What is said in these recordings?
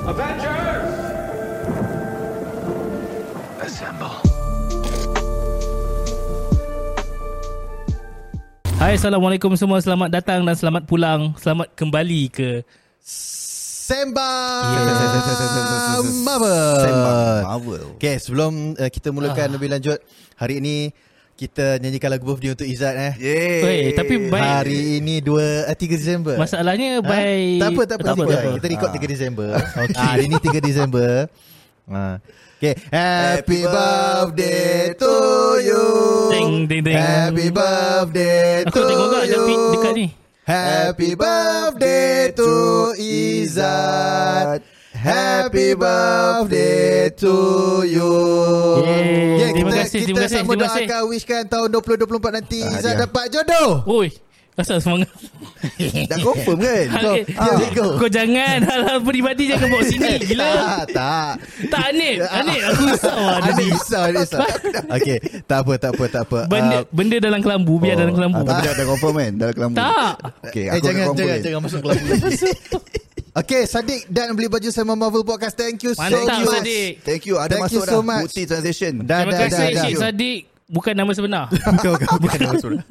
Avengers! Assemble. Hai Assalamualaikum semua Selamat datang dan selamat pulang Selamat kembali ke Sembang Sembang Marvel Marvel. Okay sebelum uh, Ah. kita mulakan lebih lanjut Hari ini kita nyanyikan lagu birthday untuk Izzat eh Yeay. Weh, tapi baik Hari ini 2 uh, 3 Disember Masalahnya by Eh? Tak apa tak apa, tak apa, Kita record 3 Disember okay. ah, Hari ini 3 Disember ah. Okay Happy birthday to you Ding, ding, ding. Happy birthday Aku to tengok kau ada you pic dekat ni. Happy birthday to Izzat. Happy birthday to you. Yeay. Yeah, Terima kita, kasih, kita terima kasih, terima kasih. ya. sama Oh, doakan wishkan tahun 2024 nanti Ah, Izzat dia. dapat jodoh. Oi Asal semangat Dah confirm kan? Kau- Okay. Ah. Cikgu. Kau jangan Hal-hal peribadi Jangan bawa sini Gila tak, tak. Tak Anip Ah. Anip aku risau lah dia ni. Ani risau, Ani risau. Okay, tak apa, tak apa, tak apa. Benda, Ah, benda dalam kelambu Biar dalam kelambu Ah, tapi dah, dah confirm kan? Dah kelambu. Tak Okay, eh, aku jangan, dah confirm jangan, kan? jangan masuk kelam Okay, Sadiq dan beli baju sama Marvel Podcast. Thank you so Mantap, much. Sadiq. Thank you. Ada Thank masuk you so dah. much. Bukti transaction. Dah, Terima dah, kasih dah, dah. Syed Saddiq Bukan nama sebenar Bukan, bukan, bukan nama surat.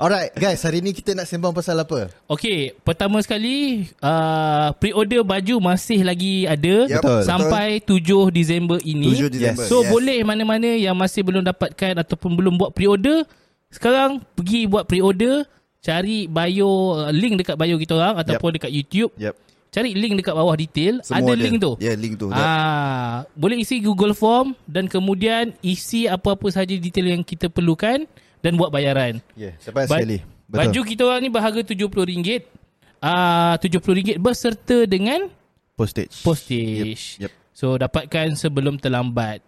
Alright guys Hari ni kita nak sembang pasal apa Okay Pertama sekali uh, Pre-order baju Masih lagi ada Yep, betul. Sampai 7 Disember ini 7 Disember. So Yes. boleh mana-mana yang masih belum dapatkan ataupun belum buat pre-order, sekarang pergi buat pre-order, cari bio uh, link dekat bio kita orang ataupun dekat YouTube. Yep. Cari link dekat bawah detail, Semua ada dia. link tu. Ya, link tu. Dah. Ah, boleh isi Google Form dan kemudian isi apa-apa saja detail yang kita perlukan dan buat bayaran. Ya yeah, Sampai Ba- sekali Baju kita orang ni berharga RM70. Ah RM70 berserta dengan Postage. postage. Yep, yep. So dapatkan sebelum terlambat.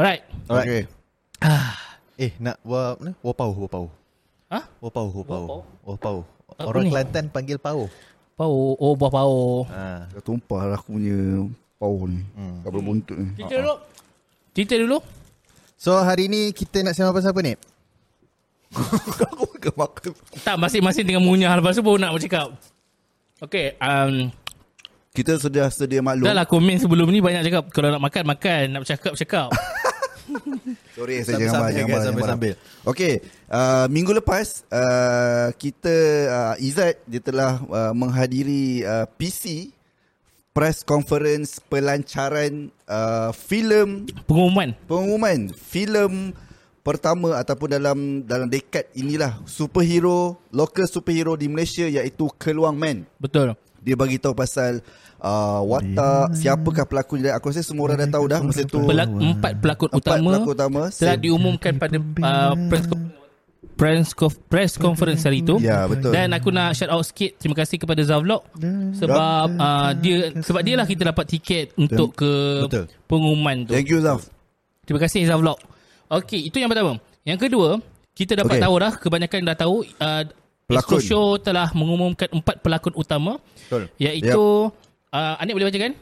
Alright. Alright Okay. Eh nak wa, mana? Wapau Wapau Hah? Wapau Wapau Wapau? Wapau Apa Orang ni? Kelantan panggil pau Pau, oh buah pau. ha. Dah tumpah lah aku punya power ni. Hmm. Kau berbuntut ni. Cerita dulu. Cerita dulu. So hari ni kita nak sembang pasal apa ni? Aku makan makan. Tak, masing-masing dengan mengunyah. Lepas tu baru nak bercakap. Okay, um, Kita sudah sedia maklum. dah lah komen sebelum ni banyak cakap. Kalau nak makan, makan. Nak bercakap, bercakap. Sorry saya Sambil- jangan marah sambil kan, jangan marah. sambil- jangan marah. Okey, uh, minggu lepas uh, kita uh, Izzat dia telah uh, menghadiri uh, PC press conference pelancaran uh, filem Pengumuman. pengumuman filem pertama ataupun dalam dalam dekad inilah superhero local superhero di Malaysia iaitu Keluang Man. Betul. Dia bagi tahu pasal uh, watak siapakah pelakon dia. Aku rasa semua orang dah tahu dah masa tu. Pelak, empat pelakon Empat utama pelakon utama. telah diumumkan pada uh, press, co- press, co- press conference hari itu. Ya, betul. Ya. Dan aku nak shout out sikit terima kasih kepada Zavlog sebab uh, dia sebab dia lah kita dapat tiket untuk ke Betul. pengumuman tu. Thank you Zaf. Terima kasih Izzah Vlog. Okey, itu yang pertama. Yang kedua, kita dapat Okey. okay. tahu dah, kebanyakan dah tahu uh, Astro Pelakon. Show telah mengumumkan empat pelakon utama. Betul. Iaitu, yep. uh, Anik boleh bacakan?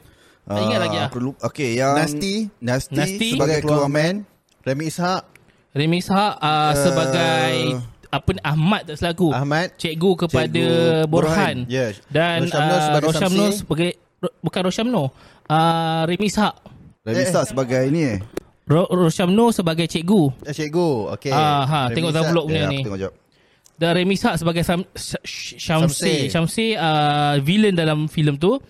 Uh, tak ingat lagi ah. Aku lupa. Okay, yang Nasti. Nasti, Nasti. sebagai keluar man. Remy Ishak Remy Ishak uh, Eh. uh, sebagai apa ni, Ahmad tak selaku. Ahmad. Cikgu kepada Cikgu Borhan. Borhan, ya. Dan Roshamno uh, sebagai Roshamno Samsi. sebagai, Ro- bukan Roshamno, uh, Remy Ishak. Remy Stark sebagai ni eh. Ro- Roshamno sebagai cikgu. eh, Cikgu Okay Ah, ha, Remy tengok Ishak. Zavlog punya Ya, ni. aku tengok jap. Dan Remy Ishak sebagai Sam, Sh- Sh- Syamsi. Syamsi. Syamsi uh, villain dalam filem tu.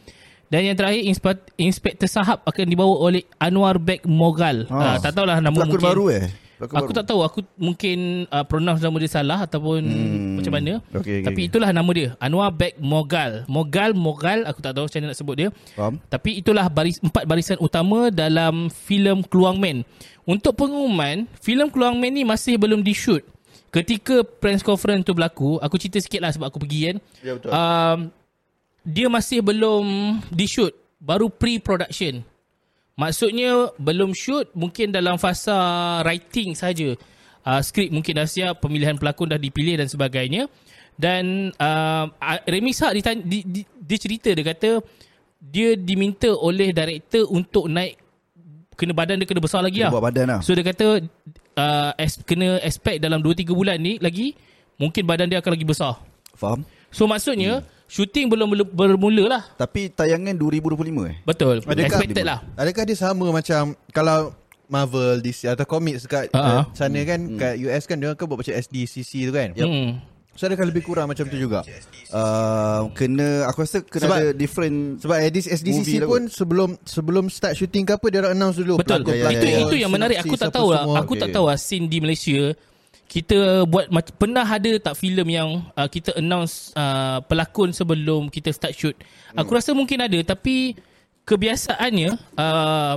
Dan yang terakhir Inspe- Inspektor Sahab akan dibawa oleh Anwar Beg Mogal. Ah, tak tahulah nama Pelakon mungkin. baru eh. Pelakon aku baru. tak tahu aku mungkin uh, pronounce nama dia salah ataupun hmm. macam mana. Okey, okey, Tapi okey. itulah nama dia. Anwar Beg Mogal. Mogal Mogal aku tak tahu macam mana nak sebut dia. Faham? Tapi itulah baris, empat barisan utama dalam filem Keluang Man. Untuk pengumuman, filem Keluang Man ni masih belum di-shoot. Ketika press conference tu berlaku, aku cerita sikit lah sebab aku pergi kan. Ya, betul. Um, dia masih belum di-shoot. Baru pre-production. Maksudnya belum shoot, mungkin dalam fasa writing saja. Uh, skrip mungkin dah siap, pemilihan pelakon dah dipilih dan sebagainya. Dan uh, Remy Sak ditanya, di, di, dia cerita, dia kata dia diminta oleh director untuk naik kena badan dia kena besar lagi Dia lah. buat badan lah. So dia kata uh, es, kena expect dalam 2-3 bulan ni lagi mungkin badan dia akan lagi besar. Faham? So maksudnya hmm. Shooting belum belum bermula lah. Tapi tayangan 2025 eh. Betul. Adakah- Expected lah. Adakah dia sama macam kalau Marvel DC atau komik dekat Ah. uh-huh. sana kan Hmm. kat US kan dia orang kan buat macam SDCC tu kan. Hmm. So adakah lebih kurang macam tu juga? Uh, kena aku rasa kena Sebab- ada different Sebab at this Movie SDCC lah pun sebelum sebelum start shooting ke apa dia orang announce dulu eh, Betul. pelakon- itu pelakon, itu yang menarik. Aku tak tahu lah. Aku tak tahu lah scene di Malaysia. Kita buat mac- pernah ada tak filem yang uh, kita announce uh, pelakon sebelum kita start shoot. Aku rasa mungkin ada tapi kebiasaannya uh,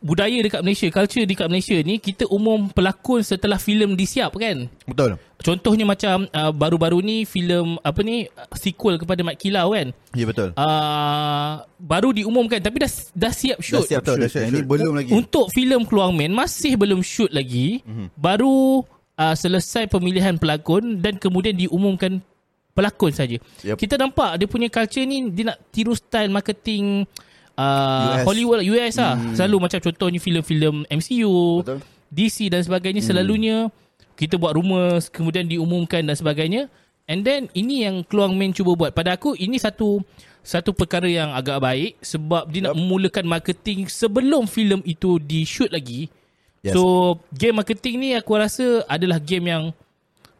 budaya dekat Malaysia, culture dekat Malaysia ni kita umum pelakon setelah filem disiap kan. Betul. Contohnya macam uh, baru-baru ni filem apa ni uh, sequel kepada Mat Kilau kan. Ya betul. Uh, baru diumumkan tapi dah dah siap shoot. dah siap Betul, shoot. dah siap Yang shoot. ni belum lagi. Untuk filem Keluang Man masih belum shoot lagi, mm-hmm. Mhm. baru uh, selesai pemilihan pelakon dan kemudian diumumkan pelakon saja. Yep. Yep. Kita nampak dia punya culture ni dia nak tiru style marketing uh, US. US. Hollywood lah, US lah. Mm. Selalu macam contohnya filem-filem MCU, Hmm. Betul. Hmm. DC dan sebagainya selalunya kita buat rumours kemudian diumumkan dan sebagainya. And then ini yang Keluang Man cuba buat. Pada aku ini satu satu perkara yang agak baik sebab dia nak memulakan marketing sebelum filem itu di shoot lagi. Yes. Yes. So game marketing ni aku rasa adalah game yang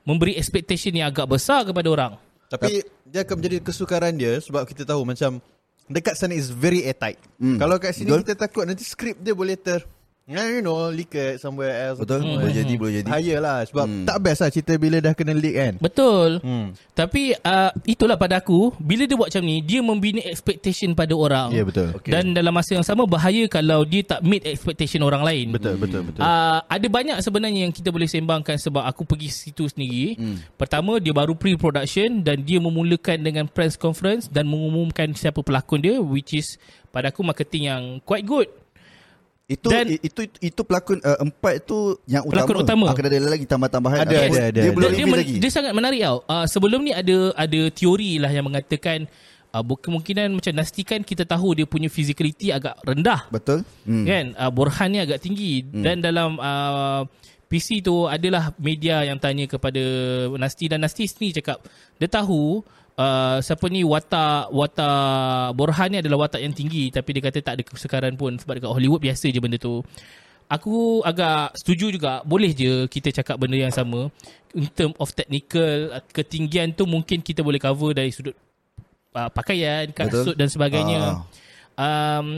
memberi expectation yang agak besar kepada orang. Tapi dia akan menjadi kesukaran dia sebab kita tahu macam dekat sana is very airtight. Hmm. Kalau kat sini Betul. kita takut nanti skrip dia boleh ter you know leak it somewhere else. Betul? Hmm. Boleh jadi, boleh jadi. Bahaya lah sebab tak best lah cerita bila dah kena leak kan. Betul. Hmm. Tapi uh, itulah pada aku bila dia buat macam ni dia membina expectation pada orang. Ya, betul. Okay. Dan dalam masa yang sama bahaya kalau dia tak meet expectation orang lain. Hmm. Betul betul betul. Uh, ada banyak sebenarnya yang kita boleh sembangkan sebab aku pergi situ sendiri. Hmm. Pertama dia baru pre-production dan dia memulakan dengan press conference dan mengumumkan siapa pelakon dia which is pada aku marketing yang quite good. Itu Dan- i- itu itu, itu pelakon uh, empat tu yang utama. Pelakon utama. Akan ada lagi tambah-tambahan. Ada, Ataupun ada, ada, Dia ada. belum Dan dia, reveal men- lagi. dia sangat menarik tau. Uh, sebelum ni ada ada teori lah yang mengatakan uh, bu- kemungkinan macam nastikan kita tahu dia punya physicality agak rendah. Betul? Hmm. kan uh, Borhan ni agak tinggi hmm. dan dalam uh, PC tu adalah media yang tanya kepada Nasti dan Nasti sendiri cakap dia tahu uh, siapa ni watak watak Borhan ni adalah watak yang tinggi tapi dia kata tak ada kesekaran pun sebab dekat Hollywood biasa je benda tu Aku agak setuju juga Boleh je kita cakap benda yang sama In term of technical uh, Ketinggian tu mungkin kita boleh cover dari sudut uh, Pakaian, kasut Betul. dan sebagainya Ah. um,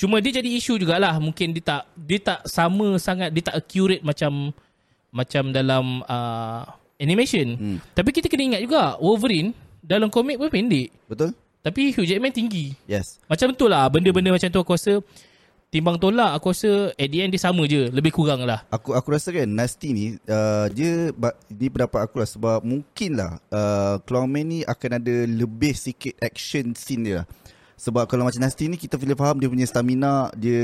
cuma dia jadi isu jugalah mungkin dia tak dia tak sama sangat dia tak accurate macam macam dalam uh, animation hmm. tapi kita kena ingat juga Wolverine dalam komik pun pendek Betul? tapi Hugh Jackman tinggi Yes. macam tu lah benda-benda macam tu aku rasa timbang tolak aku rasa at the end dia sama je lebih kurang lah Aku aku rasa kan Nasti ni uh, dia ba- ni pendapat aku lah sebab mungkin lah uh, Clownman ni akan ada lebih sikit action scene dia lah. Sebab kalau macam Nasti ni kita boleh faham dia punya stamina dia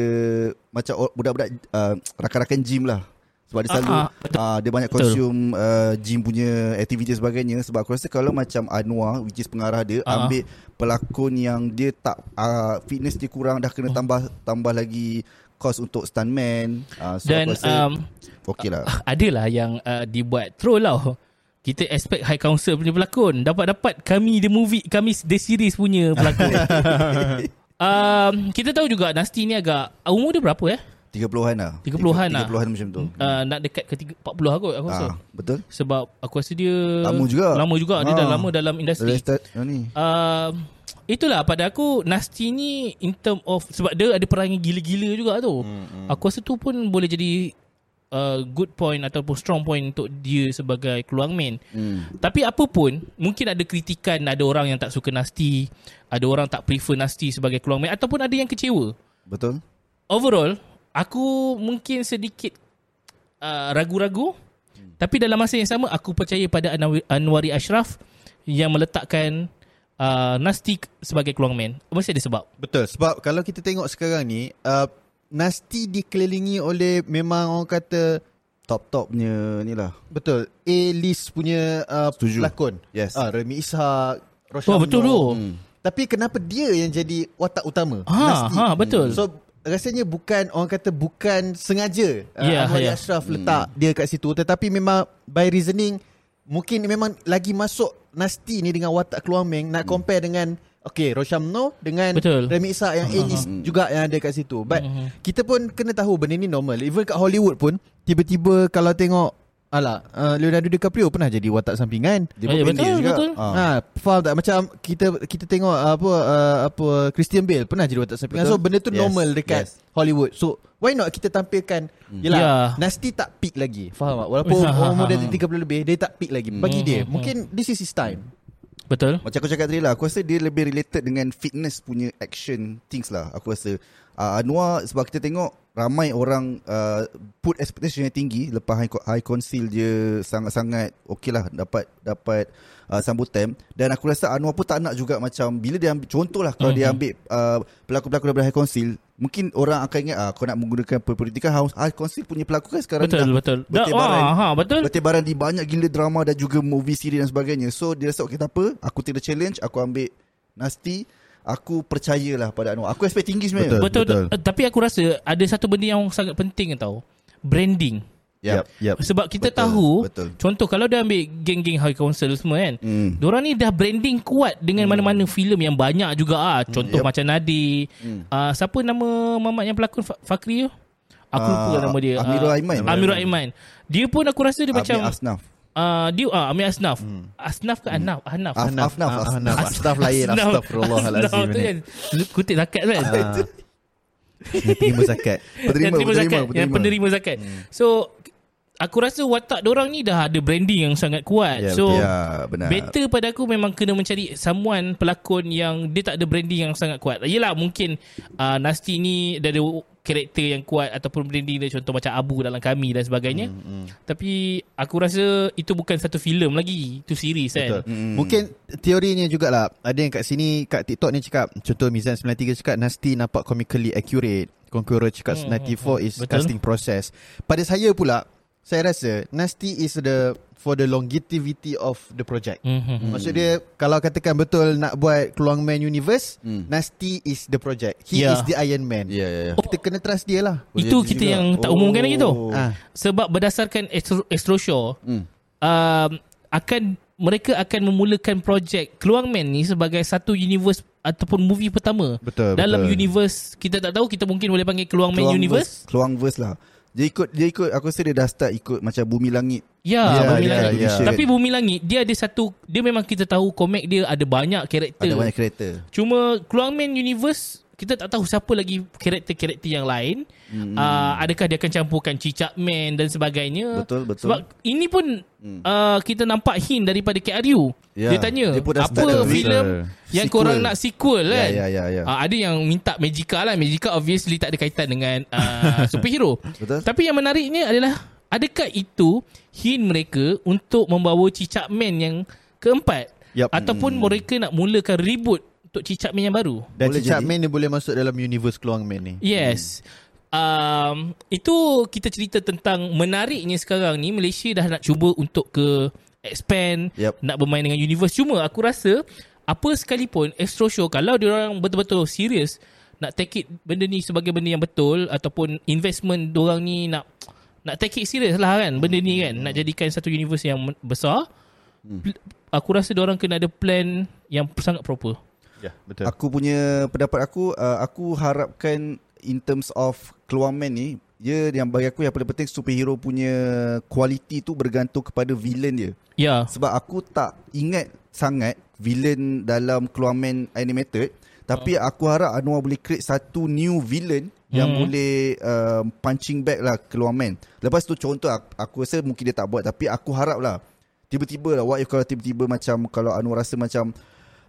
macam or- budak-budak uh, rakan-rakan gym lah. Sebab dia selalu Ah, ah, uh, dia banyak Betul. consume uh, gym punya aktiviti dan sebagainya sebab aku rasa kalau macam Anwar which is pengarah dia Ah, ah. ambil pelakon yang dia tak uh, fitness dia kurang dah Oh. kena tambah tambah lagi kos untuk stuntman uh, so Dan, aku rasa um, Okey lah. adalah yang uh, dibuat troll lah kita expect High Council punya pelakon dapat-dapat kami the movie kami the series punya pelakon um, kita tahu juga Nasti ni agak uh, umur dia berapa eh 30-an lah. 30-an lah. 30-an macam tu. uh, nak dekat ke tiga- 40 lah kot aku rasa Ah, betul? sebab aku rasa dia Lama juga. lama juga dia Ah. dah lama dalam industri Start, yang Oh, ni. uh, itulah pada aku Nasti ni in term of sebab dia ada perang yang gila-gila juga tu. Hmm, Aku rasa tu pun boleh jadi uh, good point ataupun strong point untuk dia sebagai keluang main. Hmm. Tapi apa pun mungkin ada kritikan ada orang yang tak suka Nasti, ada orang tak prefer Nasti sebagai keluang main ataupun ada yang kecewa. Betul? Overall aku mungkin sedikit uh, ragu-ragu tapi dalam masa yang sama aku percaya pada Anwi- Anwari Ashraf yang meletakkan uh, Nasti sebagai keluang man. Mesti ada sebab. Betul sebab kalau kita tengok sekarang ni uh, Nasti dikelilingi oleh memang orang kata Top-top punya ni lah. betul A-list punya uh, Setuju. pelakon. Yes. Ah Hmm. Remy Ishak, Roshan. Oh betul tu. Noor. Tapi kenapa dia yang jadi watak utama? Ha, ha, betul. So rasanya bukan orang kata bukan sengaja uh, Ya, yeah, Anwar ya. Hmm. Ashraf letak dia kat situ tetapi memang by reasoning mungkin memang lagi masuk Nasti ni dengan watak keluar Meng nak Hmm. compare dengan Okay, Rosham No dengan Betul. Remy Isa yang A-list juga yang ada kat situ. But kita pun kena tahu benda ni normal. Even kat Hollywood pun, tiba-tiba kalau tengok, alah, uh, Leonardo DiCaprio pernah jadi watak sampingan. Dia Oh, ya, pun betul, pendek juga. betul. Ah. Ha, faham tak macam kita kita tengok uh, apa uh, apa Christian Bale pernah jadi watak sampingan. So Betul. benda tu Yes, yes. normal dekat yes. yes. Hollywood. So why not kita tampilkan Yelah Yeah. Nasti tak peak lagi. Faham tak? Walaupun umur dia 30 lebih dia tak peak lagi. Bagi dia mungkin this is his time. Betul. Macam aku cakap tadi lah Aku rasa dia lebih related Dengan fitness punya action Things lah Aku rasa uh, Anwar Sebab kita tengok Ramai orang uh, Put expectation yang tinggi Lepas high, high council dia Sangat-sangat Okay lah Dapat Dapat uh, Sambutan Dan aku rasa Anwar pun tak nak juga Macam bila dia ambil Contoh lah Kalau Mhm. dia ambil uh, Pelakon-pelakon daripada high council Mungkin orang akan ingat ah, Kau nak menggunakan Political house High council punya pelakon kan sekarang Betul, dah betul. Dah- Bertebaran ah, ha, betul. bertebaran di banyak gila drama dan juga movie series dan sebagainya. So dia rasa okey tak apa, aku take the challenge, aku ambil Nasti, aku percayalah pada Anwar. Aku expect tinggi sebenarnya. Betul, Betul. betul. Tapi aku rasa ada satu benda yang sangat penting tau. Branding. Yep. Yep. Sebab kita Betul, tahu betul. contoh kalau dia ambil geng-geng high council semua kan. Hmm. Diorang ni dah branding kuat dengan mana-mana filem yang banyak juga ah. Contoh Hmm, Yep. Hmm. macam Nadi. Ah, siapa nama mamat yang pelakon Fa- Fakri tu? Aku lupa Ah, nama dia. Amirul Ah, Aiman. Amirul Aiman. Dia pun aku rasa dia Amir macam Asnaf. ah, dia ah Amir Asnaf. Hmm. Asnaf ke Anaf? Anaf. Af- Anaf. Afnaf. Ah, Afnaf. Ahnaf. Astaghfirullah, Asnaf. Astaghfirullahalazim Asnaf tu eh. ni. kan kutip zakat kan. Ah, Ah. Dia terima zakat. Penerima, yang terima penerima, zakat yang penerima zakat hmm. so aku rasa watak orang ni dah ada branding yang sangat kuat Ya, yeah, so Ya, yeah. benar. Better pada aku memang kena mencari someone pelakon yang dia tak ada branding yang sangat kuat. Yelah mungkin uh, Nasti ni dia ada karakter yang kuat ataupun branding dia contoh macam Abu dalam kami dan sebagainya. Hmm, hmm. Tapi aku rasa itu bukan satu filem lagi, itu series Betul. kan. Hmm. Mungkin teorinya jugalah Ada yang kat sini Kat TikTok ni cakap Contoh Mizan 93 cakap Nasti nampak comically accurate Conqueror cakap hmm, 94 is Betul. Betul. Casting process. Pada saya pula saya rasa Nasti is the for the longevity of the project. Mhm. Hmm. Maksud dia kalau katakan betul nak buat Keluang Man Universe, hmm. Nasti is the project. He yeah. Yeah. is the Iron Man. Ya, ya, ya. Kita kena trust dia lah. Itu jadi kita juga. yang tak Oh. umumkan lagi tu. Ah. Sebab berdasarkan Astro, Astro Show, Hmm. um, akan mereka akan memulakan projek Keluang Man ni sebagai satu universe ataupun movie pertama. Betul, Dalam betul. universe kita tak tahu kita mungkin boleh panggil Keluang Man Keluang Universe. verse- Keluang verse lah. Dia ikut dia ikut aku rasa dia dah start ikut macam Bumi Langit. Ya, Ya, Bumi ya, Langit. ya. Tapi Bumi Langit dia ada satu dia memang kita tahu komik dia ada banyak karakter. Ada banyak karakter. Cuma Keluang Man Universe kita tak tahu siapa lagi karakter-karakter yang lain. Hmm. Uh, adakah dia akan campurkan Cicak Man dan sebagainya. Betul, betul. Mm. Sebab ini pun hmm. uh, kita nampak hint daripada KRU. Ya, Dia tanya, dia pun dah apa start dah. filem Betul. yang Sequel. korang nak sequel Ya, kan? ya, ya, ya. Uh, ada yang minta Magica lah. Magica obviously tak ada kaitan dengan uh, superhero. Betul. Tapi yang menariknya adalah adakah itu hint mereka untuk membawa Cicak Man yang keempat? Yap. Hmm. Ataupun mereka nak mulakan reboot untuk Cicak Man yang baru? Dan Boleh Cicak jadi. Man dia boleh masuk dalam universe Keluang Man ni. Ya. Yes. Um, itu kita cerita tentang menariknya sekarang ni Malaysia dah nak cuba untuk ke expand Yup. nak bermain dengan universe cuma aku rasa apa sekalipun Astro Show kalau dia orang betul-betul serius nak take it benda ni sebagai benda yang betul ataupun investment dia orang ni nak nak take it serius lah kan benda ni kan nak jadikan satu universe yang men- besar Hmm. Pl- aku rasa dia orang kena ada plan yang sangat proper Ya, betul. Aku punya pendapat aku uh, aku harapkan in terms of keluar man ni dia yang bagi aku yang paling penting superhero punya kualiti tu bergantung kepada villain dia. ya Sebab aku tak ingat sangat villain dalam keluar man animated tapi aku harap Anwar boleh create satu new villain Oh. yang Hmm. boleh um, punching back lah keluar man. Lepas tu contoh aku, aku rasa mungkin dia tak buat tapi aku harap lah tiba-tiba lah what if kalau tiba-tiba macam kalau Anwar rasa macam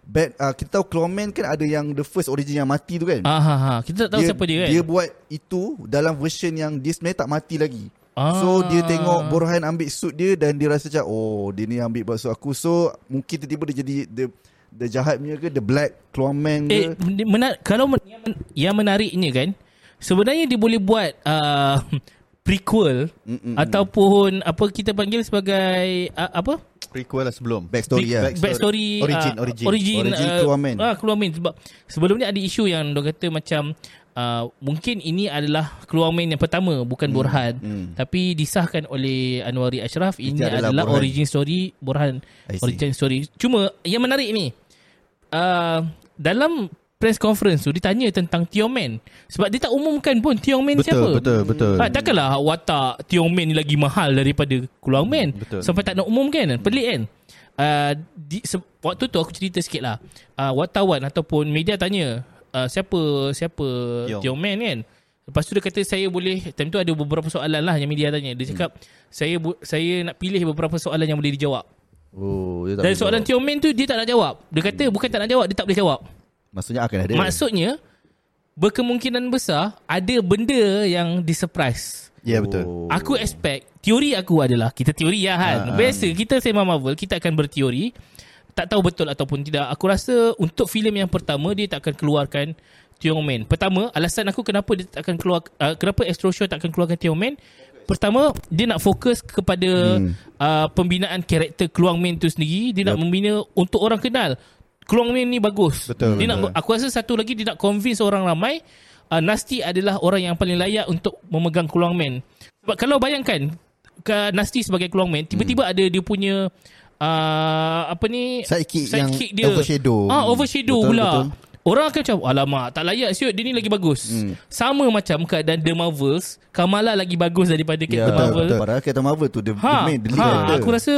Bad, uh, kita tahu Clawman kan ada yang the first origin yang mati tu kan. ah, ha, ha. kita tak tahu siapa dia kan Dia buat itu dalam version yang dia sebenarnya tak mati lagi. Ah. Ah. So dia tengok Borhan ambil suit dia dan dia rasa macam oh dia ni ambil buat suit aku. So mungkin tiba-tiba dia jadi the the jahat punya ke the black Clawman Eh, ke. menar- kalau men- yang men- yang menariknya kan, sebenarnya dia boleh buat uh, prequel Mm-mm. ataupun apa kita panggil sebagai uh, apa? Prequel lah sebelum. backstory Pre- lah. back- Backstory Origin, uh, origin. origin, Origin keluar main. Ah, keluar main sebab sebelum ni ada isu yang dia kata macam uh, mungkin ini adalah keluar main yang pertama bukan Borhan tapi disahkan oleh Anwari Ashraf ini adalah, adalah adalah Borhan. origin story Borhan I see. origin story cuma yang menarik ni uh, dalam press conference tu ditanya tentang Tioman sebab dia tak umumkan pun Tioman Betul, siapa betul, betul. ha, takkanlah watak Tioman ni lagi mahal daripada Keluang Man Betul. sampai tak nak umum kan pelik kan uh, di, se- waktu tu aku cerita sikit lah uh, wartawan ataupun media tanya uh, siapa siapa Tiong. Tioman kan lepas tu dia kata saya boleh time tu ada beberapa soalan lah yang media tanya dia cakap saya bu- saya nak pilih beberapa soalan yang boleh dijawab Oh, dia tak dan boleh soalan jawab. Tioman tu dia tak nak jawab dia kata bukan tak nak jawab dia tak boleh jawab Maksudnya akan ada. Maksudnya berkemungkinan besar ada benda yang disurprise. Ya yeah, betul. Oh. Aku expect teori aku adalah kita teori lah kan. Ha, Biasa kita sembang Marvel kita akan berteori tak tahu betul ataupun tidak. Aku rasa untuk filem yang pertama dia tak akan keluarkan Tiong Man. Pertama, alasan aku kenapa dia tak akan keluar uh, kenapa Astro Show tak akan keluarkan Tiong Man? Pertama, dia nak fokus kepada hmm. uh, pembinaan karakter Keluang Man tu sendiri. Dia yep. nak membina untuk orang kenal. Keluang Man ni bagus. Betul, dia betul. nak aku rasa satu lagi dia nak convince orang ramai uh, Nasti adalah orang yang paling layak untuk memegang Keluang Man. Sebab kalau bayangkan ke Nasti sebagai Keluang Man, tiba-tiba hmm. ada dia punya uh, apa ni Sidekick sidekick yang overshadow. Ah, overshadow Betul, betul, pula. betul. Betul. Orang akan macam Alamak tak layak siut Dia ni lagi bagus hmm. Sama macam keadaan The Marvels Kamala lagi bagus daripada Captain Ya, yeah, Marvel betul. Padahal Captain Marvel tu dia Ha, ha, main the lead ha actor. aku rasa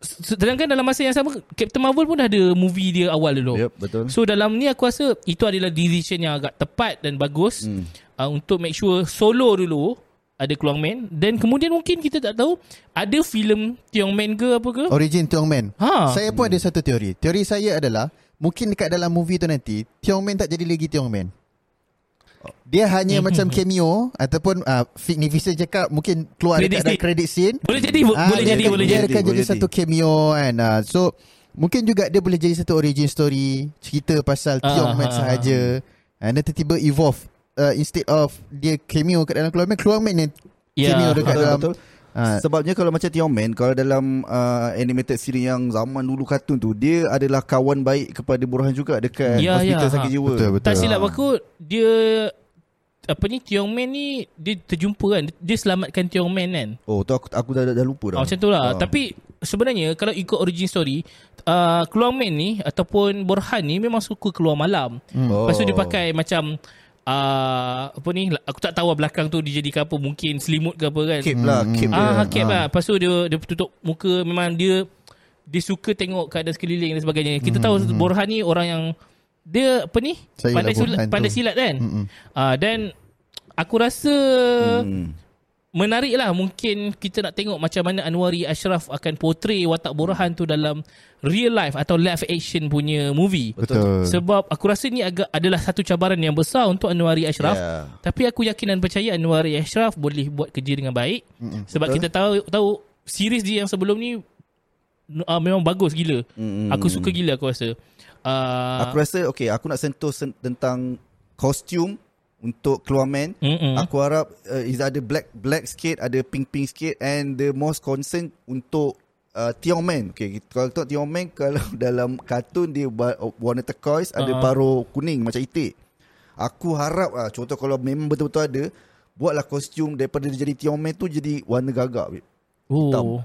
sedangkan dalam masa yang sama Captain Marvel pun dah ada movie dia awal dulu. Yep, betul. So dalam ni aku rasa itu adalah decision yang agak tepat dan bagus hmm. uh, untuk make sure solo dulu ada Keluang Man dan kemudian mungkin kita tak tahu ada filem Tiong Man ke apa ke. Origin Tiong Man. Ha. Saya pun ada satu teori. Teori saya adalah mungkin dekat dalam movie tu nanti Tiong Man tak jadi lagi Tiong Man. Eh, Dia hanya macam cameo ataupun uh, significant cakap mungkin keluar Credit dekat dalam scene. credit scene. Boleh jadi bo- Ah, boleh dia jadi akan- boleh dia jadi. akan Boleh jadi jadi. satu cameo kan. Ah, so mungkin juga dia boleh jadi satu origin story, cerita pasal Ah, Tiong ah, Man sahaja. And then tiba-tiba evolve uh, instead of dia cameo kat dalam Keluang Man, Keluang Man yang Ya. cameo dekat Betul, dalam betul. Ah, Ha, Sebabnya kalau macam Tiong Man Kalau dalam uh, animated series yang zaman dulu kartun tu Dia adalah kawan baik kepada Burhan juga Dekat Ya, hospital ya, sakit ha. jiwa Betul, betul. Tak silap aku dia apa ni Tiong Man ni dia terjumpa kan dia selamatkan Tiong Man kan. Oh tu aku, aku dah, dah, dah lupa dah Ha. Ah, macam tu lah. Tapi sebenarnya kalau ikut origin story, uh, Keluang Man ni ataupun Borhan ni memang suka keluar malam. Hmm. Oh. Lepas tu dia pakai macam uh, apa ni, aku tak tahu lah belakang tu dijadikan apa, mungkin selimut ke apa kan. Cape lah Cape dia Ah, cap lah. Lepas tu dia, dia tutup muka memang dia dia suka tengok keadaan sekeliling dan sebagainya. Kita tahu Borhan ni orang yang dia apa ni? Saya pandai lah silat, Borhan tu. pandai silat kan? Ah dan aku rasa menarik lah mungkin kita nak tengok macam mana Anwari Ashraf akan portray watak Borhan tu dalam real life atau live action punya movie. Betul. Sebab aku rasa ni agak adalah satu cabaran yang besar untuk Anwari Ashraf. Yeah. Yeah. Tapi aku yakin dan percaya Anwari Ashraf boleh buat kerja dengan baik mm-hmm. sebab Betul. kita tahu tahu series dia yang sebelum ni uh, memang bagus gila. Mm-hmm. Aku suka gila aku rasa. Uh, Aku rasa okay Aku nak sentuh sen- tentang Kostum Untuk keluar man Mm-mm. Aku harap uh, Is ada black black sikit Ada pink-pink sikit And the most concern Untuk uh, Tiong Man okay, kita- Kalau tengok Tiong Man Kalau dalam kartun Dia ba- warna turquoise Ada Ah. paruh kuning Macam itik Aku harap uh, Contoh kalau memang betul-betul ada Buatlah kostum Daripada dia jadi Tiong Man tu Jadi warna gagak babe. Hitam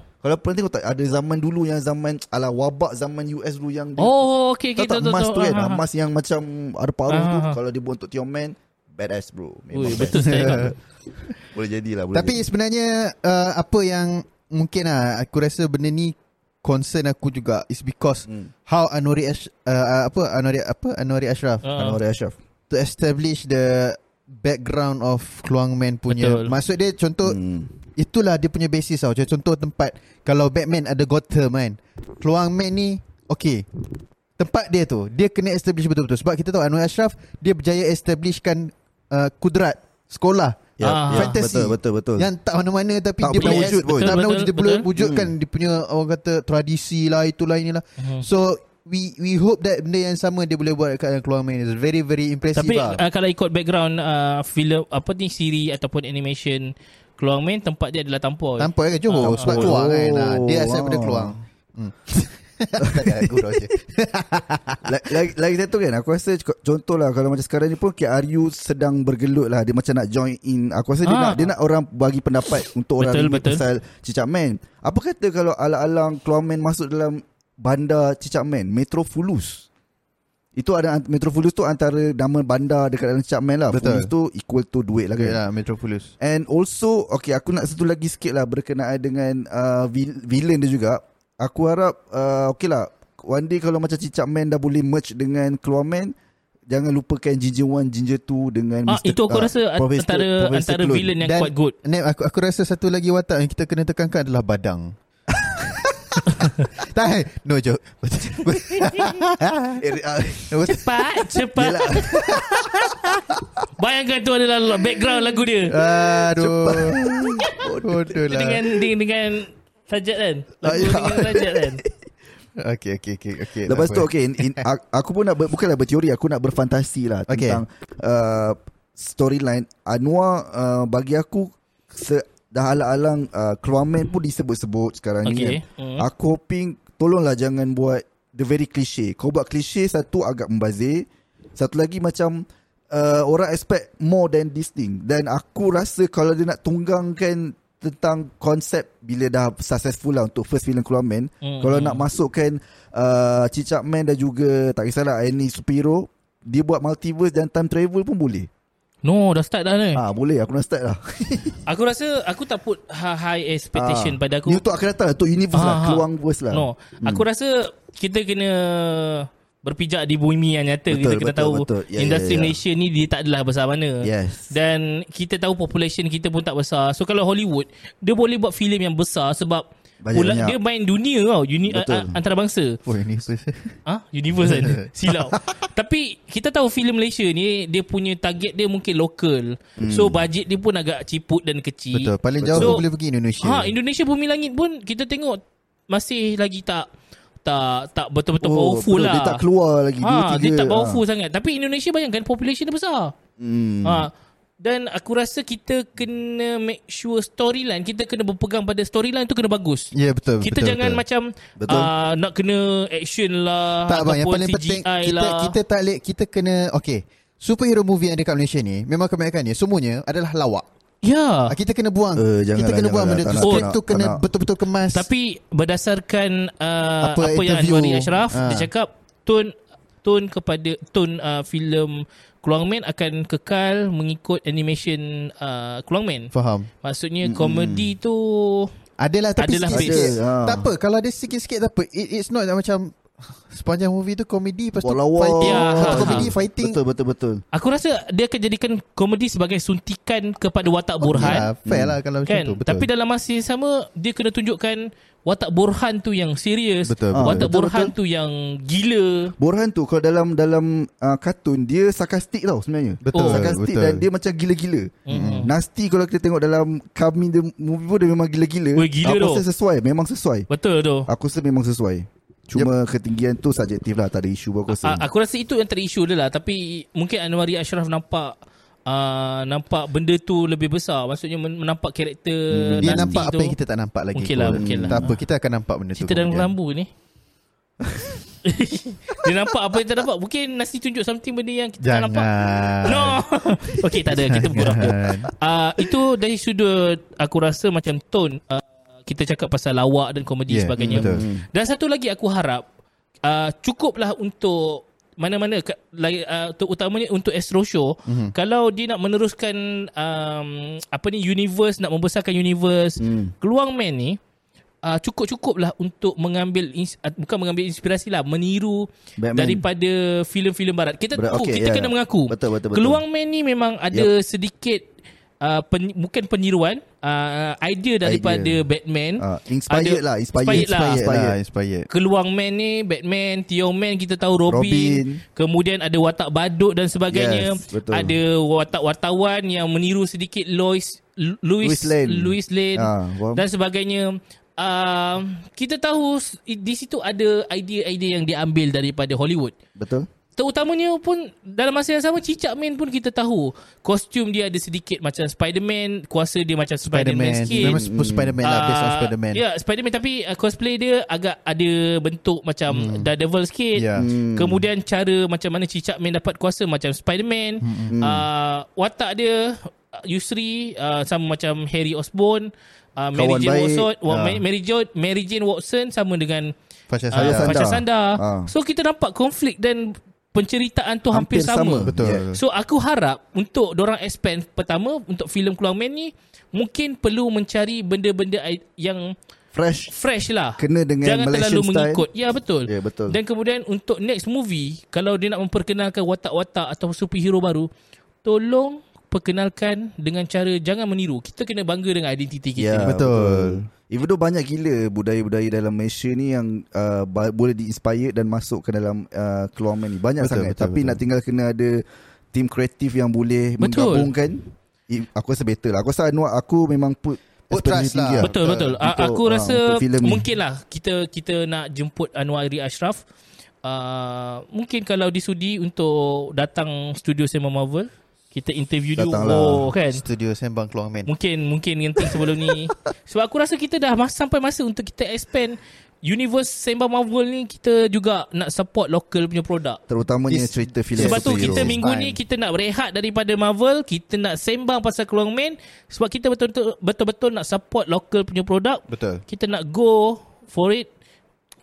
oh. Kalau pernah tengok tak Ada zaman dulu yang zaman Alah wabak zaman US dulu Yang dia Oh, okey okey Tahu tak emas tu kan Ah, ah, ah. Emas yang macam Ada paruh tu Ah. Kalau dia buat untuk Tio Man Badass bro Memang Ui, best. betul saya. Boleh jadilah boleh Tapi jadi. sebenarnya uh, apa yang mungkin lah aku rasa benda ni concern aku juga is because Hmm. hmm. how Anwari Ash, uh, uh, apa Anwari apa Anwari Ashraf uh. Ah. Anwar Ashraf to establish the background of Keluang Man punya Betul. maksud dia contoh Hmm. itulah dia punya basis tau. Macam contoh tempat kalau Batman ada Gotham kan. Keluang Man ni okey. Tempat dia tu dia kena establish betul-betul sebab kita tahu Anwar Ashraf dia berjaya establishkan uh, kudrat sekolah Ya, Ah. ya, fantasy Betul betul betul. yang tak mana-mana tapi Tak dia pernah boleh wujud pun. Hmm. tak pernah Betul, wujud dia betul, boleh betul. wujudkan dia punya orang kata tradisi lah itulah inilah hmm. so we we hope that benda yang sama dia boleh buat kat dalam keluar main is very very impressive Tapi lah uh, kalau ikut background uh, filem apa ni siri ataupun animation Keluang main tempat dia adalah tampoi. tanpa kan Johor eh, sebab Oh, keluar Johor. kan Ah, dia asal Wow. benda keluar tak ada gurau je. La- lagi, lagi satu kan Aku rasa c- Contohlah Kalau macam sekarang ni pun KRU sedang bergelut lah Dia macam nak join in Aku rasa dia Ah. nak Dia nak orang bagi pendapat Untuk orang Betul, ribut betul. Pasal cicak man Apa kata kalau Alang-alang Keluar man masuk dalam Bandar cicak man Metrofulus Itu ada Metrofulus tu antara Nama bandar Dekat dalam cicak man lah Betul. Fulus tu equal to duit lah kan Okay lah, Metropolis. And also Okay aku nak satu lagi sikit lah Berkenaan dengan uh, vil- Villain dia juga Aku harap uh, Okay lah One day kalau macam Cicak Man Dah boleh merge dengan Keluar Man Jangan lupakan Ginger 1 Ginger 2 Dengan Ah, itu aku ah, rasa Professor- antara Professor antara Clone. villain yang quite good. Nep, aku, aku rasa satu lagi watak yang kita kena tekankan adalah badang. tak, no joke. Eh, ah, Cepat, cepat. Bayangkan tu adalah background lagu dia. Aduh. Bodoh Itu dengan lah. dengan, dengan sajat kan? Lagu Ah, ya. dengan sajat kan? Okay, okay, okay. okay Lepas tak tu apa. okay in, in, a- Aku pun nak ber, Bukanlah berteori Aku nak berfantasi lah Okay. Tentang uh, Storyline Anwar uh, Bagi aku se, Dah alang-alang uh, Keluar Man pun disebut-sebut Sekarang ni Okay. kan mm. Aku hoping Tolonglah jangan buat The very cliche Kau buat cliche Satu agak membazir Satu lagi macam uh, Orang expect More than this thing Dan aku rasa Kalau dia nak tunggangkan Tentang konsep Bila dah successful lah Untuk first film keluar man Mm, mm. Kalau mm. nak masukkan uh, Cicak Man dan juga Tak kisahlah Any superhero Dia buat multiverse Dan time travel pun boleh No, dah start dah ni. Ah ha, Boleh aku nak start lah Aku rasa aku tak put ha- high expectation Ah. pada aku. Ni untuk akan datang lah Untuk universe Ah, lah ah. Keluang verse lah No, aku rasa kita kena berpijak di bumi yang nyata. Betul, kita kena betul, tahu betul. Ya, ya, industri ya. Malaysia ni dia tak adalah besar mana. Yes. Dan kita tahu population kita pun tak besar. So kalau Hollywood, dia boleh buat filem yang besar sebab Banyak- ulang- banyak. dia main dunia tau, uni, a, Betul. a, antarabangsa. Oh, ini susah. Ah, ha? universe kan. Silau. Tapi kita tahu filem Malaysia ni dia punya target dia mungkin lokal. Hmm. So bajet dia pun agak ciput dan kecil. Betul. Paling jauh So- aku boleh pergi Indonesia. Ha Indonesia bumi langit pun kita tengok masih lagi tak tak tak betul-betul oh, powerful betul. lah. Dia tak keluar lagi Ha, Dua, tiga, dia tak powerful ha. sangat. Tapi Indonesia bayangkan population dia besar. Hmm. Hmm. Ha dan aku rasa kita kena make sure storyline kita kena berpegang pada storyline tu kena bagus. Ya, yeah, betul. Kita betul, jangan betul. macam uh, nak kena action lah tak bang yang ataupun paling CGI penting kita lah. kita tak boleh kita kena okey superhero movie yang dekat Malaysia ni memang kebanyakannya semuanya adalah lawak ya. Ah, kita kena buang Eh, jangan kita lah, kena jangan buang lah. benda Tak tu nak, skrip tak tu nak, kena tak nak. betul-betul kemas Tapi berdasarkan uh, apa, Apa apa yang interview? Anwari Ashraf ha. Ah. dia cakap tone tone kepada tone uh, filem Keluang Man akan kekal mengikut animation uh, Keluang Man. faham Maksudnya komedi tu adalah tapi Adalah sikit-sikit sikit. Ada, ha. tak apa kalau ada sikit-sikit tak apa It, it's not like macam sepanjang movie tu komedi lepas tu Buat lawak. fighting Ya, Lepas tu ha, komedi ha. fighting Betul betul betul. aku rasa dia akan jadikan komedi sebagai suntikan kepada watak Ya, Burhan. fair lah Hmm. kalau macam Kan? tu betul Tapi dalam masa yang sama dia kena tunjukkan watak Burhan tu yang serius, Betul, betul. watak Betul, Burhan tu yang gila. Borhan tu kalau dalam dalam uh, kartun dia sarkastik tau sebenarnya. Oh, Betul, sarkastik betul. dan dia macam gila-gila. Mm-hmm. Nasty kalau kita tengok dalam kami the movie pun dia memang gila-gila. Weh, gila Aku tau. rasa sesuai, memang sesuai. Betul tu. Aku rasa memang sesuai. Cuma yep. ketinggian tu subjektif lah, tak ada isu pun aku rasa. A- aku rasa itu yang terisu dia lah tapi mungkin Anwari Ashraf nampak uh, nampak benda tu lebih besar maksudnya men- menampak karakter Hmm, dia Nanti nampak tu. apa yang kita tak nampak lagi Mungkin lah, kot. mungkin lah. tak apa kita akan nampak benda cerita tu dalam kemudian. kelambu ni dia nampak apa yang tak nampak mungkin nasi tunjuk something benda yang kita tak jangan nampak no okey tak ada kita berkurang Jangan. uh, itu dari sudut aku rasa macam tone uh, kita cakap pasal lawak dan komedi Yeah, yeah, sebagainya. Ya, betul. Dan satu lagi aku harap uh, cukuplah untuk mana-mana ke- lagi, uh, terutamanya untuk Astro Show Mhm. mm-hmm. kalau dia nak meneruskan um, apa ni universe nak membesarkan universe Hmm. mm. Keluang Man ni uh, cukup-cukup lah untuk mengambil ins- uh, bukan mengambil inspirasi lah meniru Batman. Batman. daripada filem-filem barat kita Ber- tahu Oh, okay, kita yeah. kena mengaku Betul, betul, betul. Keluang Man ni memang ada sedikit uh, pen, bukan peniruan uh, idea daripada idea. Batman Ah, inspired lah, inspired lah inspired, inspired. Inspired lah, Inspired. inspired. Keluang Man ni Batman, Tio Man kita tahu Robin, Robin. kemudian ada watak badut dan sebagainya. Yes, betul. ada watak wartawan yang meniru sedikit Lois Lu- Louis Louis Lane. Louis Lane Ah, faham. dan sebagainya. Uh, kita tahu s- di situ ada idea-idea yang diambil daripada Hollywood. Betul? Terutamanya pun dalam masa yang sama Cicak Man pun kita tahu kostum dia ada sedikit macam Spider-Man, kuasa dia macam Spider-Man, Spider-Man sikit. Memang mm. Spider-Man lah Based on Ah, Spider-Man Ya, yeah, Spider-Man tapi uh, cosplay dia agak ada bentuk macam hmm. Daredevil sikit. Ya. Hmm. Kemudian cara macam mana Cicak Man dapat kuasa macam Spider-Man. Hmm. Uh, watak dia uh, Yusri uh, sama macam Harry Osborn, uh, Mary Kawan Jane baik. Watson, Ah. uh. Mary Jane Mary Jane Watson sama dengan Fasha uh, saya Sanda. Fasha Sanda. Ah. So kita nampak konflik dan penceritaan tu hampir, sama. Betul Yeah. So aku harap untuk dorang expand pertama untuk filem Keluang Man ni mungkin perlu mencari benda-benda ai- yang Fresh fresh lah. Kena dengan Jangan Malaysian terlalu style. mengikut. Ya betul. Ya, betul. Dan kemudian untuk next movie kalau dia nak memperkenalkan watak-watak atau superhero baru tolong perkenalkan dengan cara jangan meniru. Kita kena bangga dengan identiti kita. Ya, Betul. Even though banyak gila budaya-budaya dalam Malaysia ni yang uh, ba- boleh diinspire dan masuk ke dalam uh, keluar main ni. Banyak Betul, betul, sangat. betul, Betul, Tapi betul. nak tinggal kena ada tim kreatif yang boleh Betul. menggabungkan. I, aku rasa better lah. Aku rasa Anwar, aku memang put Put expectation trust lah. tinggi Betul betul. Untuk, A- aku ah, rasa untuk filem ni. mungkinlah kita kita nak jemput Anwar Iri Ashraf. Uh, mungkin kalau disudi untuk datang studio Cinema Marvel, kita interview dulu. Datanglah. Oh kan. Studio Sembang Keluang Man Mungkin mungkin genting sebelum ni. Sebab aku rasa kita dah mas- sampai masa untuk kita expand universe Sembang Marvel ni kita juga nak support local punya produk. Terutamanya It's- cerita filem Sebab tu kita superhero. minggu ni Fine. kita nak berehat daripada Marvel, kita nak sembang pasal Keluang Man sebab kita betul-betul betul-betul nak support local punya produk Betul kita nak go for it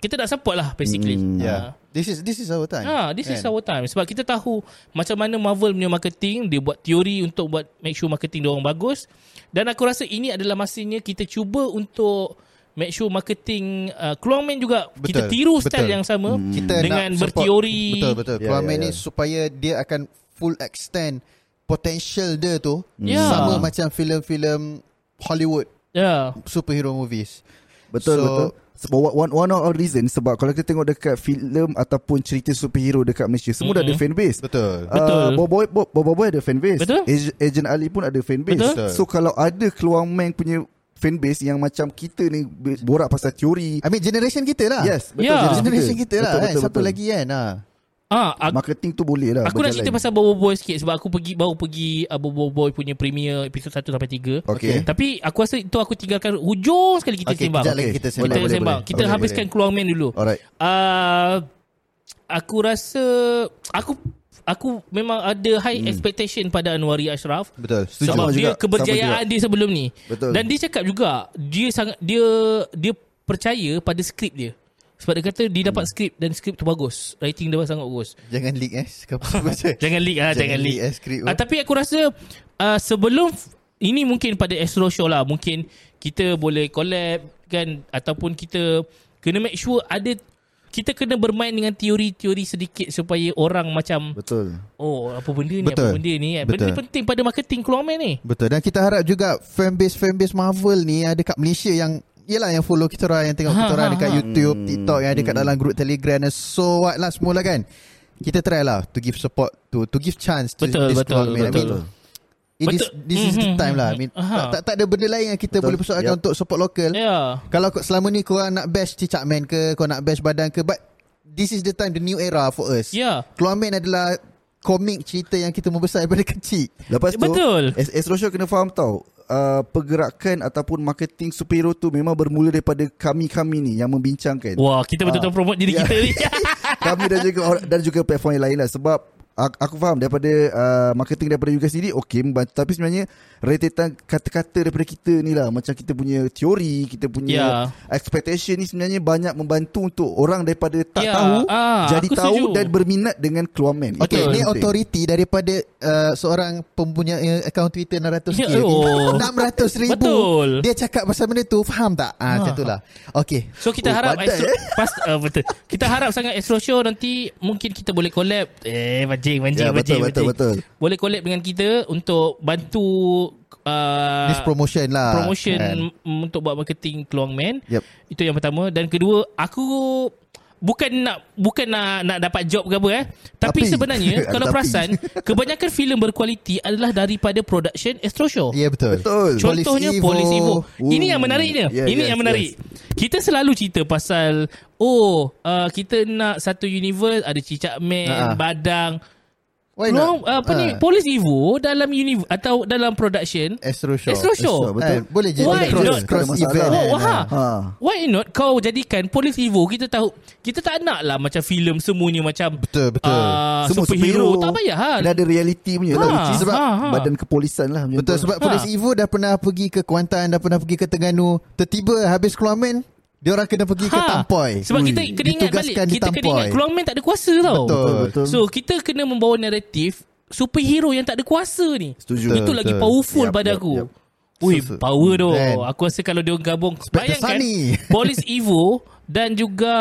kita nak support lah basically Mm, Hmm, Yeah This is this is our time ha this is Kan? our time sebab kita tahu macam mana Marvel punya marketing dia buat teori untuk buat make sure marketing dia orang bagus dan aku rasa ini adalah masanya kita cuba untuk make sure marketing uh, Keluang Man juga betul, kita Betul, tiru style betul. Mm. yang sama hmm. kita dengan nak support- berteori. betul betul Ya, yeah, Keluar ya, yeah, ni ya. supaya dia akan full extend potential dia tu Ya. sama macam filem-filem Hollywood yeah superhero movies So- Betul so, betul. Sebab one one of our reason sebab kalau kita tengok dekat filem ataupun cerita superhero dekat Malaysia semua mm-hmm. dah ada fan base. betul Betul. Uh, Boboiboy Bob, Bob, Bob ada fan base. Betul. Agent, Agent Ali pun ada fan base. Betul. So kalau ada keluar Meng punya fan base yang macam kita ni be- borak pasal teori. I mean generation kita lah Yes, betul. Yeah. generation generation kita lah Betul, kan betul, siapa betul. lagi kan ha. ah aku, Marketing tu boleh lah. aku nak berjalan. cerita pasal Bobo Boy sikit sebab aku pergi baru pergi uh, Bobo Boy punya premiere episod 1 sampai 3 Okay. tapi aku rasa itu aku tinggalkan hujung sekali kita Okay, sembang kejap lagi Okay. kita kita sembang Boleh, boleh, sembang. boleh. Kita Boleh, habiskan keluar man dulu. Alright. Uh, aku rasa aku aku memang ada high hmm. expectation pada Anwari Ashraf. Betul setuju Sebab Sama dia juga, keberjayaan sama juga. dia sebelum ni. Betul. Dan dia cakap juga dia sangat dia dia percaya pada skrip dia. Sebab dia kata dia Hmm. dapat skrip dan skrip tu bagus. Writing dia sangat bagus. jangan leak eh Jangan Jangan leak ah, jangan, Jangan leak leak. eh, skrip tu. ah, tapi aku rasa uh, sebelum ini mungkin pada Astro Show lah mungkin kita boleh collab kan ataupun kita kena make sure ada kita kena bermain dengan teori-teori sedikit supaya orang macam Betul. oh apa benda ni Betul. apa benda ni kan. benda Betul. ni penting pada marketing keluar main ni Betul dan kita harap juga fanbase fanbase Marvel ni ada kat Malaysia yang Yelah yang follow kita orang Yang tengok Ha, kita orang ha, Dekat ha. YouTube Hmm. TikTok Yang ada kat dalam grup Telegram dan So what lah semula kan Kita try lah To give support To to give chance to Betul, this betul, Keluar Main. I mean, betul. it is, Betul. This is the Mhm, time lah I mhm. mean, Aha. tak, tak, tak ada benda lain Yang kita Betul, boleh persoalkan yup. Untuk support lokal ya yeah. Kalau kau- selama ni korang nak bash Cicak Man ke Kau nak bash badan ke But This is the time The new era for us ya yeah. Keluar Man adalah Komik cerita yang kita membesar Daripada kecil Lepas tu Betul. As- Astro Show kena faham tau. Uh, pergerakan ataupun marketing superhero tu memang bermula daripada kami-kami ni yang membincangkan. wah kita betul-betul Ah. promote diri Ya. kita ni kami dan juga orang- dan juga platform yang lain lah sebab aku, aku faham daripada uh, marketing daripada you guys sendiri okey membantu tapi sebenarnya rentetan kata-kata daripada kita ni lah macam kita punya teori kita Ya. punya yeah. expectation ni sebenarnya banyak membantu untuk orang daripada tak Ya, yeah. tahu ah, jadi aku tahu setuju. dan berminat dengan keluar man Itu Betul. Okay, yang ni penting. authority daripada uh, seorang mempunyai akaun Twitter 600k. Ya, ni. oh. 600 ribu. Betul. Ha. Dia cakap pasal benda tu, faham tak? Ah, macam tu lah. Okay. So kita Oh, oh, harap pandai, Astro, eh? pas, uh, betul. Kita harap sangat Astro Show nanti mungkin kita boleh collab. Eh mancing mancing Ya, mancing. betul, betul, mancing. betul. Boleh collab dengan kita untuk bantu uh, This promotion lah. promotion Kan. m- untuk buat marketing Keluang Man. Yep. Itu yang pertama dan kedua aku bukan nak bukan nak nak dapat job ke apa eh. Tapi, Tapi. sebenarnya kalau Tapi. perasan kebanyakan filem berkualiti adalah daripada production Astro Show. Ya yeah, betul. Betul. Contohnya Polis Evo. Ini Ooh. yang menariknya. Yeah, Ini yes, yang menarik. Kita selalu cerita pasal oh uh, kita nak satu universe ada cicak man, Ah, ah. badang. Why Luang, not? uh, apa ni Ah. Polis Evo dalam universe atau dalam production Astro Show. Astro Show. Astro, betul. Eh, boleh jadi Why cross, not? cross Tak ada masalah. event. and, Oh, Wah, wah. uh, Ha. Why not kau jadikan Polis Evo kita tahu kita tak nak lah macam filem semuanya macam Betul, betul. ah, Semua superhero. tak payah lah. Dia ada reality punya lah Ha, which is ha, ha. badan kepolisan lah punya Betul tu. sebab Ha. polis Evo dah pernah pergi ke Kuantan, dah pernah pergi ke Terengganu. Tiba-tiba habis keluar men, dia orang kena pergi ke Tampoi. Ha. Sebab Ui, kita kena ingat balik ditugaskan di kita kena Tampoi. ingat Keluang Man tak ada kuasa tau. Betul, betul. So kita kena membawa naratif superhero yang tak ada kuasa ni. Setuju. Itu Betul, lagi betul. powerful Yap, pada yap, aku. yap. Ui, So, so- power tu. Then- Aku rasa kalau dia orang gabung Spectre bayangkan Sunny. Polis Evo dan juga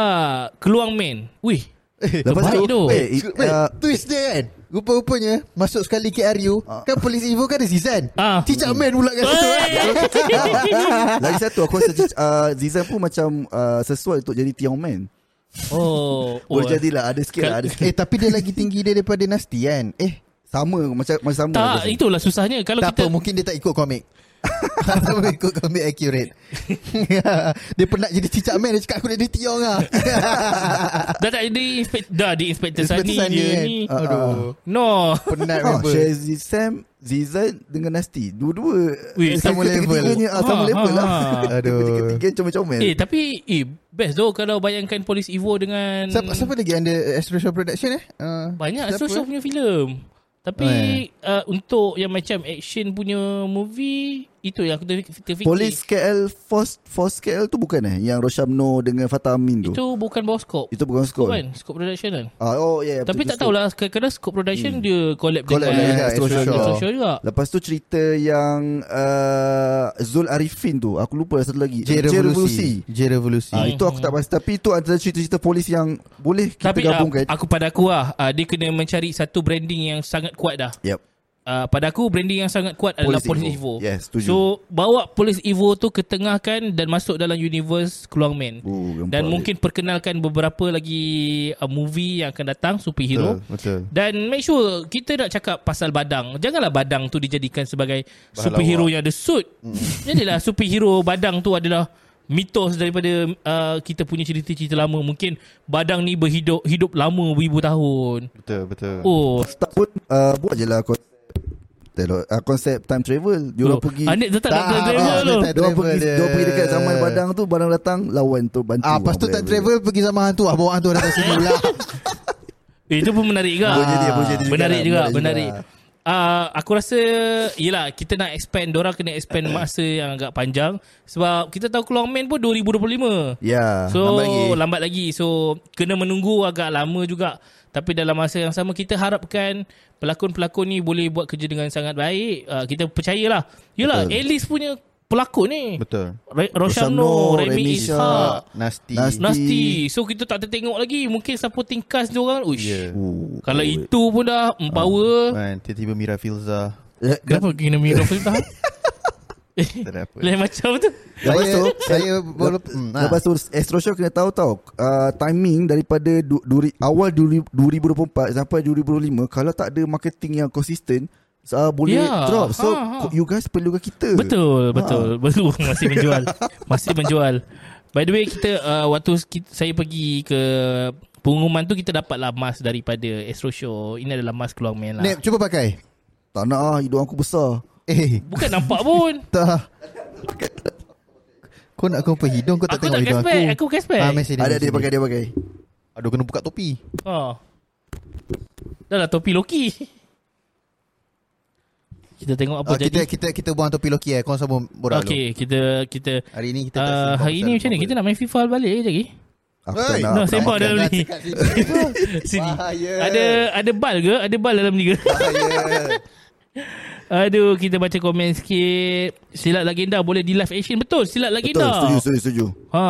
Keluang Man. Wih. Lepas Terbaik tu tu. eh, it, Wait, uh, twist dia kan Rupa-rupanya Masuk sekali KRU Kan polis Evo kan ada season Ah. Cicak man pula kat situ kan? Lagi satu aku rasa uh, Zizan pun macam uh, Sesuai untuk jadi Tiong Man oh, oh. Kan- Boleh jadilah Ada sikit lah ada sikit. Eh tapi dia lagi tinggi dia daripada Nasti kan Eh Sama Macam macam sama lah. aku Tak, rasa. itulah susahnya kalau tak kita apa mungkin dia tak ikut komik tak apa ikut komik accurate Dia pernah jadi cicak man Dia cakap aku nak jadi tiong lah dah tak jadi inspek, dah di inspector Inspector Sani Sunny dia kan? ni. Ah, Aduh No. Penat Ha, member Shazzy Sam Zizan dengan Nasti Dua-dua Weh, sama Ketiga-tiganya level. ah, Sama Ha, level ha, lah ha. Aduh. Ketiga-tiga comel-comel Eh tapi eh best tu kalau bayangkan Polis Evo dengan siapa, siapa lagi under Astro Show Production eh uh, banyak siapa? Astro eh? Show punya filem. Tapi Oh, ya. uh, untuk yang macam action punya movie itu yang aku terfik- terfikir. Polis KL Force Force KL tu bukan eh Yang Roshamno dengan Fatah Amin tu itu Itu, bukan bawah skop. itu bukan Skop skor kan? Skop production kan. Ah, oh yeah Tapi betul, tak tu tahulah kadang-kadang skop production dia collab, Hmm. Collab dengan dengan Astro Show. Lah, Astro Show juga. Lepas tu cerita yang uh, Zul Arifin tu Aku lupa lah satu lagi J Revolusi J Revolusi Hmm. Ah, Itu aku tak pasti Tapi itu antara cerita-cerita polis yang Boleh kita Tapi uh, gabungkan aku pada aku lah uh, dia kena mencari satu branding yang sangat kuat dah. Yep. uh, pada aku branding yang sangat kuat adalah Police Police Evo. Evo. Yes, setuju. So bawa Police Evo tu ketengahkan dan masuk dalam universe Keluang Man. Oh, gempak dan dia. mungkin perkenalkan beberapa lagi uh, movie yang akan datang superhero. Betul, betul. Dan make sure kita nak cakap pasal badang. Janganlah badang tu dijadikan sebagai Bahan superhero yang ada suit. Jadilah superhero badang tu adalah mitos daripada uh, kita punya cerita-cerita lama. Mungkin badang ni berhidup hidup lama beribu tahun. Betul betul Oh, Tak pun uh, Buat je lah konsep Telo- uh, Konsep time travel Dia orang Loh, pergi Anik tetap nak Tak, time travel Anik tu. tak- Dia orang pergi Travel dia. Dia orang pergi dekat zaman padang tu Badang datang Lawan tu bantu Ah, lepas tu tak travel pergi sama hantu ah bawa hantu datang sini pula. Eh, Itu pun menarik juga. Boleh jadi, boleh jadi juga menarik lah, juga, menarik menarik. juga. Uh, aku rasa Yelah kita nak expand Diorang kena expand masa yang agak panjang Sebab kita tahu Keluang Man pun 2025 Ya So lambat lagi. lambat lagi So kena menunggu agak lama juga Tapi dalam masa yang sama Kita harapkan Pelakon-pelakon ni boleh buat kerja dengan sangat baik uh, Kita percayalah Yelah Alice punya pelakon ni betul. Ra- Roshamno Remy Ishak Nasti. Nasti. Nasti So kita tak tertengok lagi Mungkin supporting cast diorang Uish yeah. Ya. Oh, Kalau itu pun dah Empower Man, tiba-tiba Mira Filza. eh, Kenapa kena Mira Filzah Eh, Tak ada apa. Lain macam tu Lepas Saya tu saya boleh hmm, ah. Lepas tu Astro Show kena tahu tau uh, Timing daripada du, duri, Awal duri, 2024 Sampai 2025 Kalau tak ada marketing yang konsisten uh, Boleh Ya, drop So ha, ha. you guys perlukan kita Ah. Betul Betul Baru masih menjual Masih menjual By the way kita uh, Waktu kita, saya pergi ke Pengumuman tu kita dapatlah mask daripada Astro Show. Ini adalah mask keluar main lah. Nip, cuba pakai. Tak nak ah Hidung aku besar Eh, Bukan nampak pun. ha. tak. Kau nak kau hidung kau tak Aku tengok tak hidung aku. cashback. Aku cashback. Ah, mesti Ada dia pakai dia pakai Aduh kena buka topi. Ha. Dah lah topi Loki. Kita tengok apa Ah, kita jadi. kita kita buang topi Loki eh. Kau sambung borak dulu. Okey, kita kita Hari ni kita tak uh, sembang hari ni pasal macam ni Marvel. kita nak main FIFA balik je lagi. Aku Hey, tak nak no, aku sembang nak dalam Jangan ni. cakap situ. Sini. Bahaya. Ada ada bal ke? Ada bal dalam liga. Bahaya. Aduh, kita baca komen sikit. Silat legenda boleh di live action betul. Silat Betul legenda. setuju setuju setuju Ha.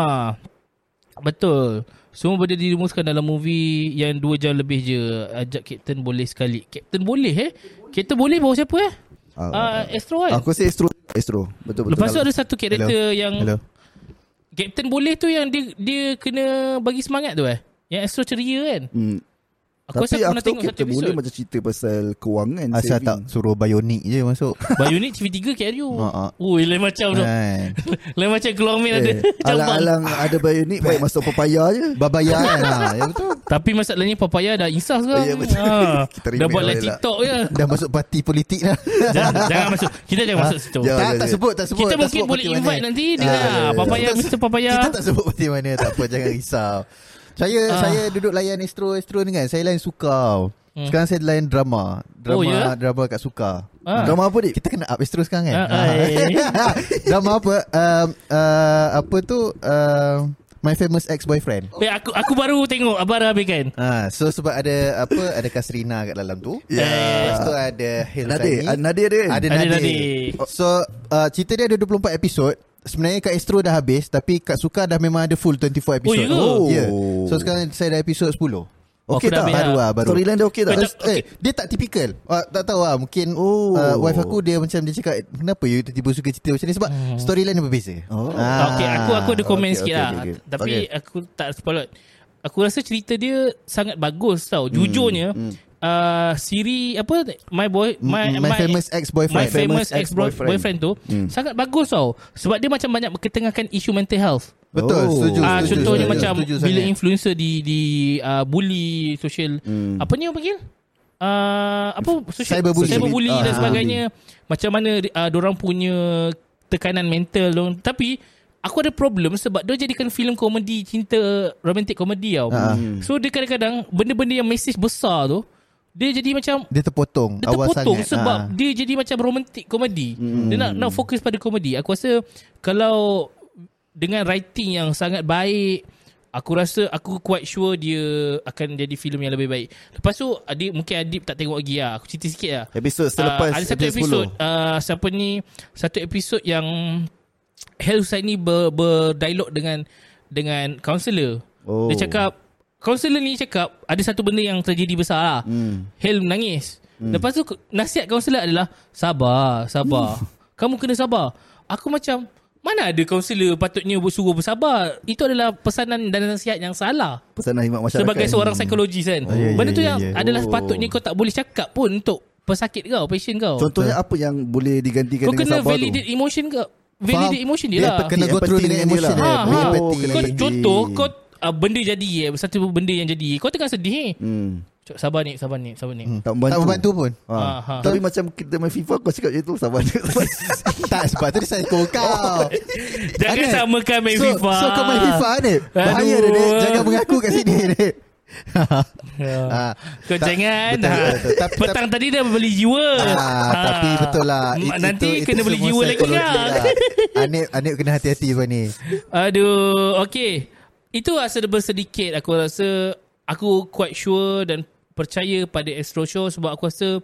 Betul. Semua benda dirumuskan dalam movie yang 2 jam lebih je. Ajak Captain boleh sekali. Captain boleh eh? Captain boleh bawa siapa eh? Ah, Uh, Astro kan? Aku rasa Astro Astro Betul betul Lepas tu ada satu karakter yang Hello. Captain boleh tu yang dia dia kena bagi semangat tu eh. Yang Astro ceria kan. Hmm. Aku Tapi rasa aku pernah after tengok kita satu mula episod. macam cerita pasal kewangan Asal saving. Ah, tak suruh bionik je masuk. Bayonet TV3 carry you. Ha, ha. Ui, lain macam tu. kan. Lain macam keluar mail ada. Eh, cabang. alang-alang ada bionik baik masuk pepaya je. Babaya kan. ha, ya betul. Tapi masalahnya Papaya dah insaf sekarang. Ya, betul. Ha. Kita dah buat remake live balik lah. TikTok je. Dah masuk parti politik dah. jangan, jangan masuk. Kita jangan masuk situ. Ha? jangan. tak, tak sebut, tak sebut. Kita tak mungkin sebut boleh parti invite mana. nanti Ah, dengan ya, ya, ya. Papaya, Kita- Mr. Papaya. Kita tak sebut parti mana. Tak apa, jangan risau. Saya Ah. saya duduk layan Astro Astro ni kan. Saya layan Suka. Hmm. Sekarang saya layan drama. Drama Oh, ya? drama kat Suka. Ah. Drama apa dik? Kita kena up Astro sekarang kan. Ah, ah. drama apa? Um, uh, apa tu? Uh, my famous ex-boyfriend. Eh, aku aku baru tengok Abang dah habiskan. Ah, so sebab ada apa ada Kasrina kat dalam tu. Ya. Lepas tu ada Hilfani. Nadir, ah, Nadir ada kan? Ada Ada Nadir. Nadir. So uh, cerita dia ada 24 episod. Sebenarnya Kak Astro dah habis tapi Kak Suka dah memang ada full 24 episod. ya ke? Oh, Yeah. Oh. So sekarang saya dah episod 10. aku dah Okey tak? habis Baru lah baru. Storyline dia okey tak? Eh, eh, dia tak tipikal. Uh, tak tahu lah mungkin Oh. uh, wife aku dia macam dia cakap kenapa you tiba-tiba suka cerita macam ni sebab Hmm. storyline dia berbeza. Oh. Ah. Okey, aku aku ada komen okey, sikit okey, lah. okey, okey. Tapi Okey. aku tak sepolot. Aku rasa cerita dia sangat bagus tau. Hmm, Jujurnya, uh, siri apa My Boy My, Mm, My Famous My Ex-Boyfriend. Famous Famous Hmm. Ex-Boyfriend boyfriend tu sangat bagus tau. Sebab dia macam banyak berketengahkan isu mental health. Betul, Oh. setuju. Ah, setuju, contohnya setuju, macam setuju bila sangat. influencer di di uh, bully social Hmm. apa ni orang panggil? Uh, apa social Cyberbully. cyberbully Ah, dan ah, sebagainya. Macam mana uh, orang punya tekanan mental dorang. Tapi aku ada problem sebab dia jadikan filem komedi cinta romantic komedi tau. Ah. So dia kadang-kadang benda-benda yang mesej besar tu dia jadi macam dia terpotong dia awal terpotong sangat. sebab Ah. dia jadi macam romantik komedi. Hmm. Dia nak nak fokus pada komedi. Aku rasa kalau dengan writing yang sangat baik Aku rasa aku quite sure dia akan jadi filem yang lebih baik. Lepas tu adik mungkin adik tak tengok lagi lah. Aku cerita sikit lah. Episod selepas Ah, ada satu episod uh, siapa ni satu episod yang Hel Hussain ni ber, berdialog dengan dengan kaunselor. Oh. Dia cakap kaunselor ni cakap ada satu benda yang terjadi besar lah. Hmm. Hel menangis. Hmm. Lepas tu nasihat kaunselor adalah sabar, sabar. Kamu kena sabar. Aku macam mana ada kaunselor patutnya suruh bersabar. Itu adalah pesanan dan nasihat yang salah. Pesanan khidmat masyarakat. Hmm. Sebagai seorang psikologis kan. Oh, ya, Benda tu ya, yang ya. adalah Oh. patutnya kau tak boleh cakap pun untuk pesakit kau, patient kau. Contohnya apa yang boleh digantikan Kau kena dengan sabar validate tu? emotion ke? Validate Faham. emotion dia, Dia lah. tekan- Kena go Empathy through dengan dia emotion lah. dia. Ha, Dia ha. empathy Kau kena contoh validate. kau uh, benda jadi eh, satu benda yang jadi. Kau tengah sedih. Eh. Hmm. Cuk, sabar ni, sabar ni, sabar ni. Tak tak membantu membantu. pun. Ha. Ah, ha. Tapi macam kita main FIFA kau cakap macam tu sabar dia. sabar dia. tak sebab tu dia psycho kau. Jangan Anad, samakan main so, FIFA. So kau main FIFA ni. Bahaya Aduh. dia Nek. Jangan mengaku kat sini ni. Ya. ha. Kau Tak, jangan. betul, ha. betul. Tapi- Petang tadi dah beli jiwa. Ah, Ha. tapi betul lah Ma- It- Nanti itu- kena itu beli semua jiwa lagi psychology lah. lah. Anip Anip kena hati-hati sebab ni Aduh, okay. Itu lah serba sedikit aku rasa aku quite sure dan percaya pada Astro Show sebab aku rasa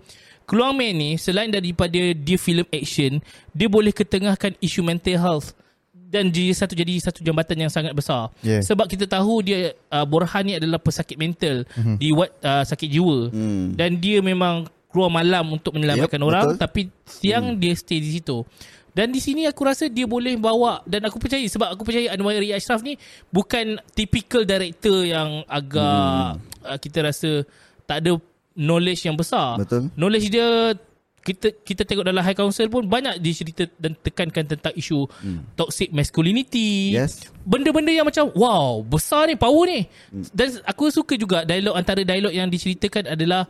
Keluang Man ni selain daripada dia filem action, dia boleh ketengahkan isu mental health dan dia satu jadi satu jambatan yang sangat besar. Yeah. Sebab kita tahu dia uh, Borhan ni adalah pesakit mental, mm-hmm. Mhm. di wat, uh, sakit jiwa mm. dan dia memang keluar malam untuk menyelamatkan Yep, orang betul. Hmm. tapi siang dia stay di situ. Dan di sini aku rasa dia boleh bawa dan aku percaya sebab aku percaya Anwar Ri Ashraf ni bukan typical director yang agak hmm. uh, kita rasa tak ada knowledge yang besar. Betul. Knowledge dia kita kita tengok dalam High Council pun banyak dia cerita dan tekankan tentang isu hmm. toxic masculinity. Yes. Benda-benda yang macam wow, besar ni power ni. Hmm. Dan aku suka juga dialog antara dialog yang diceritakan adalah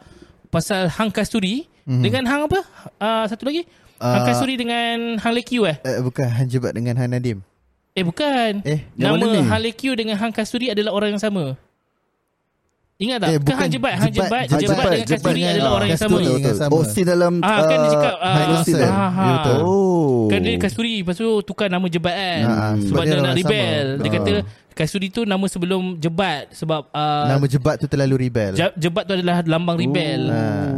pasal Hang Kasturi hmm. dengan Hang apa? Uh, satu lagi. Uh, Hang Ah, Kasturi dengan Hang Lekyu eh? Eh, Bukan Han Jebat dengan Han Nadim Eh bukan. Eh, Nama yang mana ni? Hang Lekyu dengan Hang Kasturi adalah orang yang sama. Ingat tak? Eh, Eh, bukan bukan Hang Jebat, Hang Jebat, Jebat, Ah, Jebat, Jebat dengan Kasturi dengan- adalah ah, orang yang sama. Kasturi. Betul, betul. yang sama. Oh, scene dalam Ah, kan dia cakap, ah, High Council. ah, ah, Ya, betul. ah. Oh. Kan dia Kasturi Lepas tu tukar nama jebat kan Ah, Ha, ha, Sebab sebab dia dia nak orang rebel sama. Dia Ha. kata Kasturi tu nama sebelum jebat Sebab uh, Nama jebat tu terlalu rebel Je- Jebat tu adalah lambang rebel.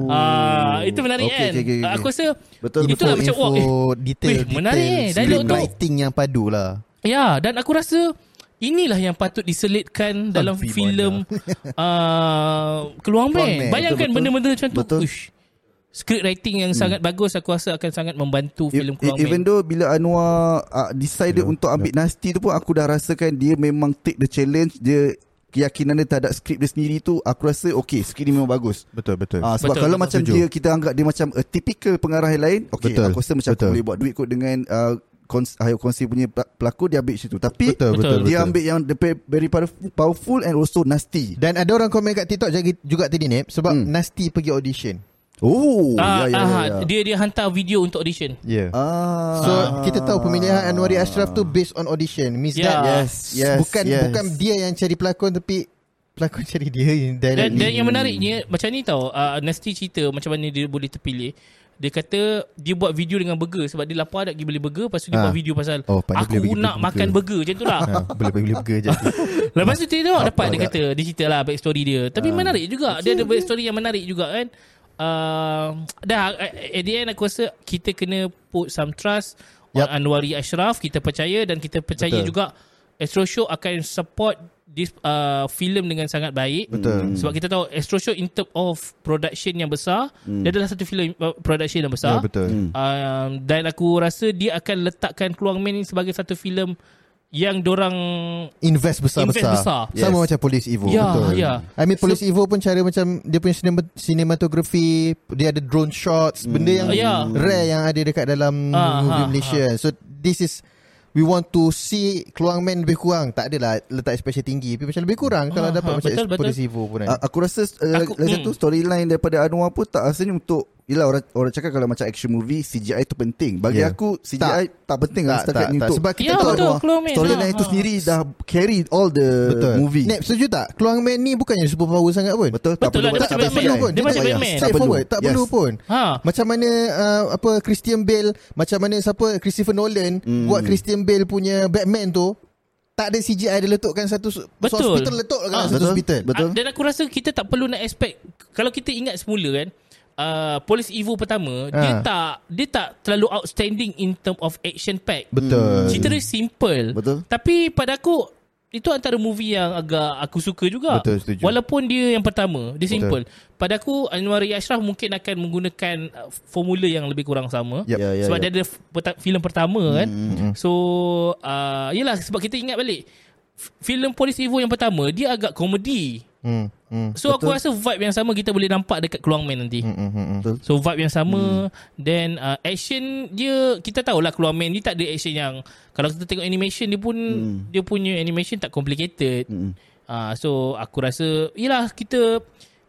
Ah, itu menarik Okey, kan? okey, okey, okey. Aku rasa Betul, itulah betul. macam Info wow. Eh, detail, weh, detail menarik eh. Dialog tu. Writing yang padu lah ya, dan aku rasa inilah yang patut diselitkan dalam Alfie filem uh, Keluang Keluang Man. Man. Bayangkan Betul, betul. benda-benda macam tu. Betul. Hmm. Ush. Script writing yang sangat bagus aku rasa akan sangat membantu E- filem e- Keluang Even Man. though bila Anwar uh, decided untuk ambil Nasti tu pun aku dah rasakan dia memang take the challenge dia keyakinan dia terhadap skrip dia sendiri tu aku rasa okey skrip ni memang bagus. Betul betul. Ah, Betul, sebab betul, kalau betul. macam Setuju. dia kita anggap dia macam a typical pengarah yang lain, okey Betul, aku rasa macam betul. aku boleh buat duit kot dengan uh, kons- Hayao Konsei punya pel- pelakon dia ambil situ. Tapi betul, betul, betul. betul. dia ambil yang the pe- very powerful- powerful and also nasty. Dan ada orang komen kat TikTok juga, juga tadi ni sebab hmm. Hmm. Nasti pergi audition. Oh, Ah, ya ya ah, ya. ya. Dia dia hantar video untuk audition. Ya. Yeah. Ah. So kita tahu pemilihan Anwari Ashraf tu based on audition. eh? Means Yeah. that Yes, yes. bukan yes. bukan dia yang cari pelakon tapi pelakon cari dia yang Dan, dan directly. yang menariknya macam ni tau, uh, Nasty cerita macam mana dia boleh terpilih. Dia kata dia buat video dengan burger sebab dia lapar nak pergi beli burger lepas tu dia Ah. buat video pasal Oh, pandai aku beli- beli nak burger." makan burger macam tu lah. ha, boleh boleh boleh je. Lepas tu dia tengok dapat dia kata dia cerita lah back story dia. Tapi Ah. menarik juga. dia ada back story yang menarik juga kan. Uh, dah uh, at the end aku rasa kita kena put some trust yep. on Yup. Anwari Ashraf. Kita percaya dan kita percaya Betul. Betul. juga Astro Show akan support this uh, film dengan sangat baik. Hmm. Betul. Sebab kita tahu Astro Show in term of production yang besar, dia adalah satu film uh, production yang besar. Hmm. Ya, betul. Um, dan aku rasa dia akan letakkan Keluang Man ni sebagai satu filem yang dorang Invest besar-besar. Invest besar. Sama macam Police Evo. Ya, betul. ya. I mean Police Evo pun cara macam dia punya sinema- cinematography, dia ada drone shots, Hmm. benda yang Ya. rare yang ada dekat dalam Ah, movie ah, Malaysia. So this is we want to see Keluang Man lebih kurang. Tak adalah letak expectation tinggi, tapi macam lebih kurang kalau Ah, dapat ah, macam betul, betul. Police Evo pun. kan. A- aku rasa uh, Aku- aku, lagi hmm. satu storyline daripada Anwar pun tak rasanya untuk Yelah orang, orang cakap kalau macam action movie CGI tu penting Bagi Yeah. aku CGI Ya. tak, tak penting tak, lah tak, setakat ni tak. untuk Sebab kita Ya, tahu betul. Anwar, keluar main. Storyline Ha, itu ha. sendiri dah carry all the Betul. movie Nep setuju tak? Keluang Man ni bukannya super power sangat pun. Betul, Betul lah, dia macam buat- tak Batman. payah. Dia Tak macam payah. Batman. Tak Straight forward, tak Yes. perlu pun. Ha. Macam mana uh, apa Christian Bale, macam mana siapa Christopher Nolan mm. buat Christian Bale punya Batman tu tak ada CGI dia letukkan satu su- Betul. so hospital letuk kan Ah, satu betul. hospital. Betul. Ah, Dan aku rasa kita tak perlu nak expect kalau kita ingat semula kan uh, Police Evo pertama dia Ah. tak dia tak terlalu outstanding in term of action pack. Betul. Cerita dia simple. Betul. Tapi pada aku itu antara movie yang agak aku suka juga. Betul, setuju. Walaupun dia yang pertama, dia simple. Pada aku Anwari Ashraf mungkin akan menggunakan uh, formula yang lebih kurang sama. Yep. Ya, ya, sebab ya. dia ada f- peta- filem pertama kan. Mm, So uh, yelah sebab kita ingat balik f- filem Police Evo yang pertama dia agak komedi. Hmm. Hmm. So Betul. aku rasa vibe yang sama kita boleh nampak dekat Keluang Man nanti. Hmm, hmm, hmm. Betul. So vibe yang sama Then uh, action dia Kita tahulah Keluang Man ni tak ada action yang Kalau kita tengok animation dia pun Hmm. Dia punya animation tak complicated Hmm. uh, So aku rasa Yelah kita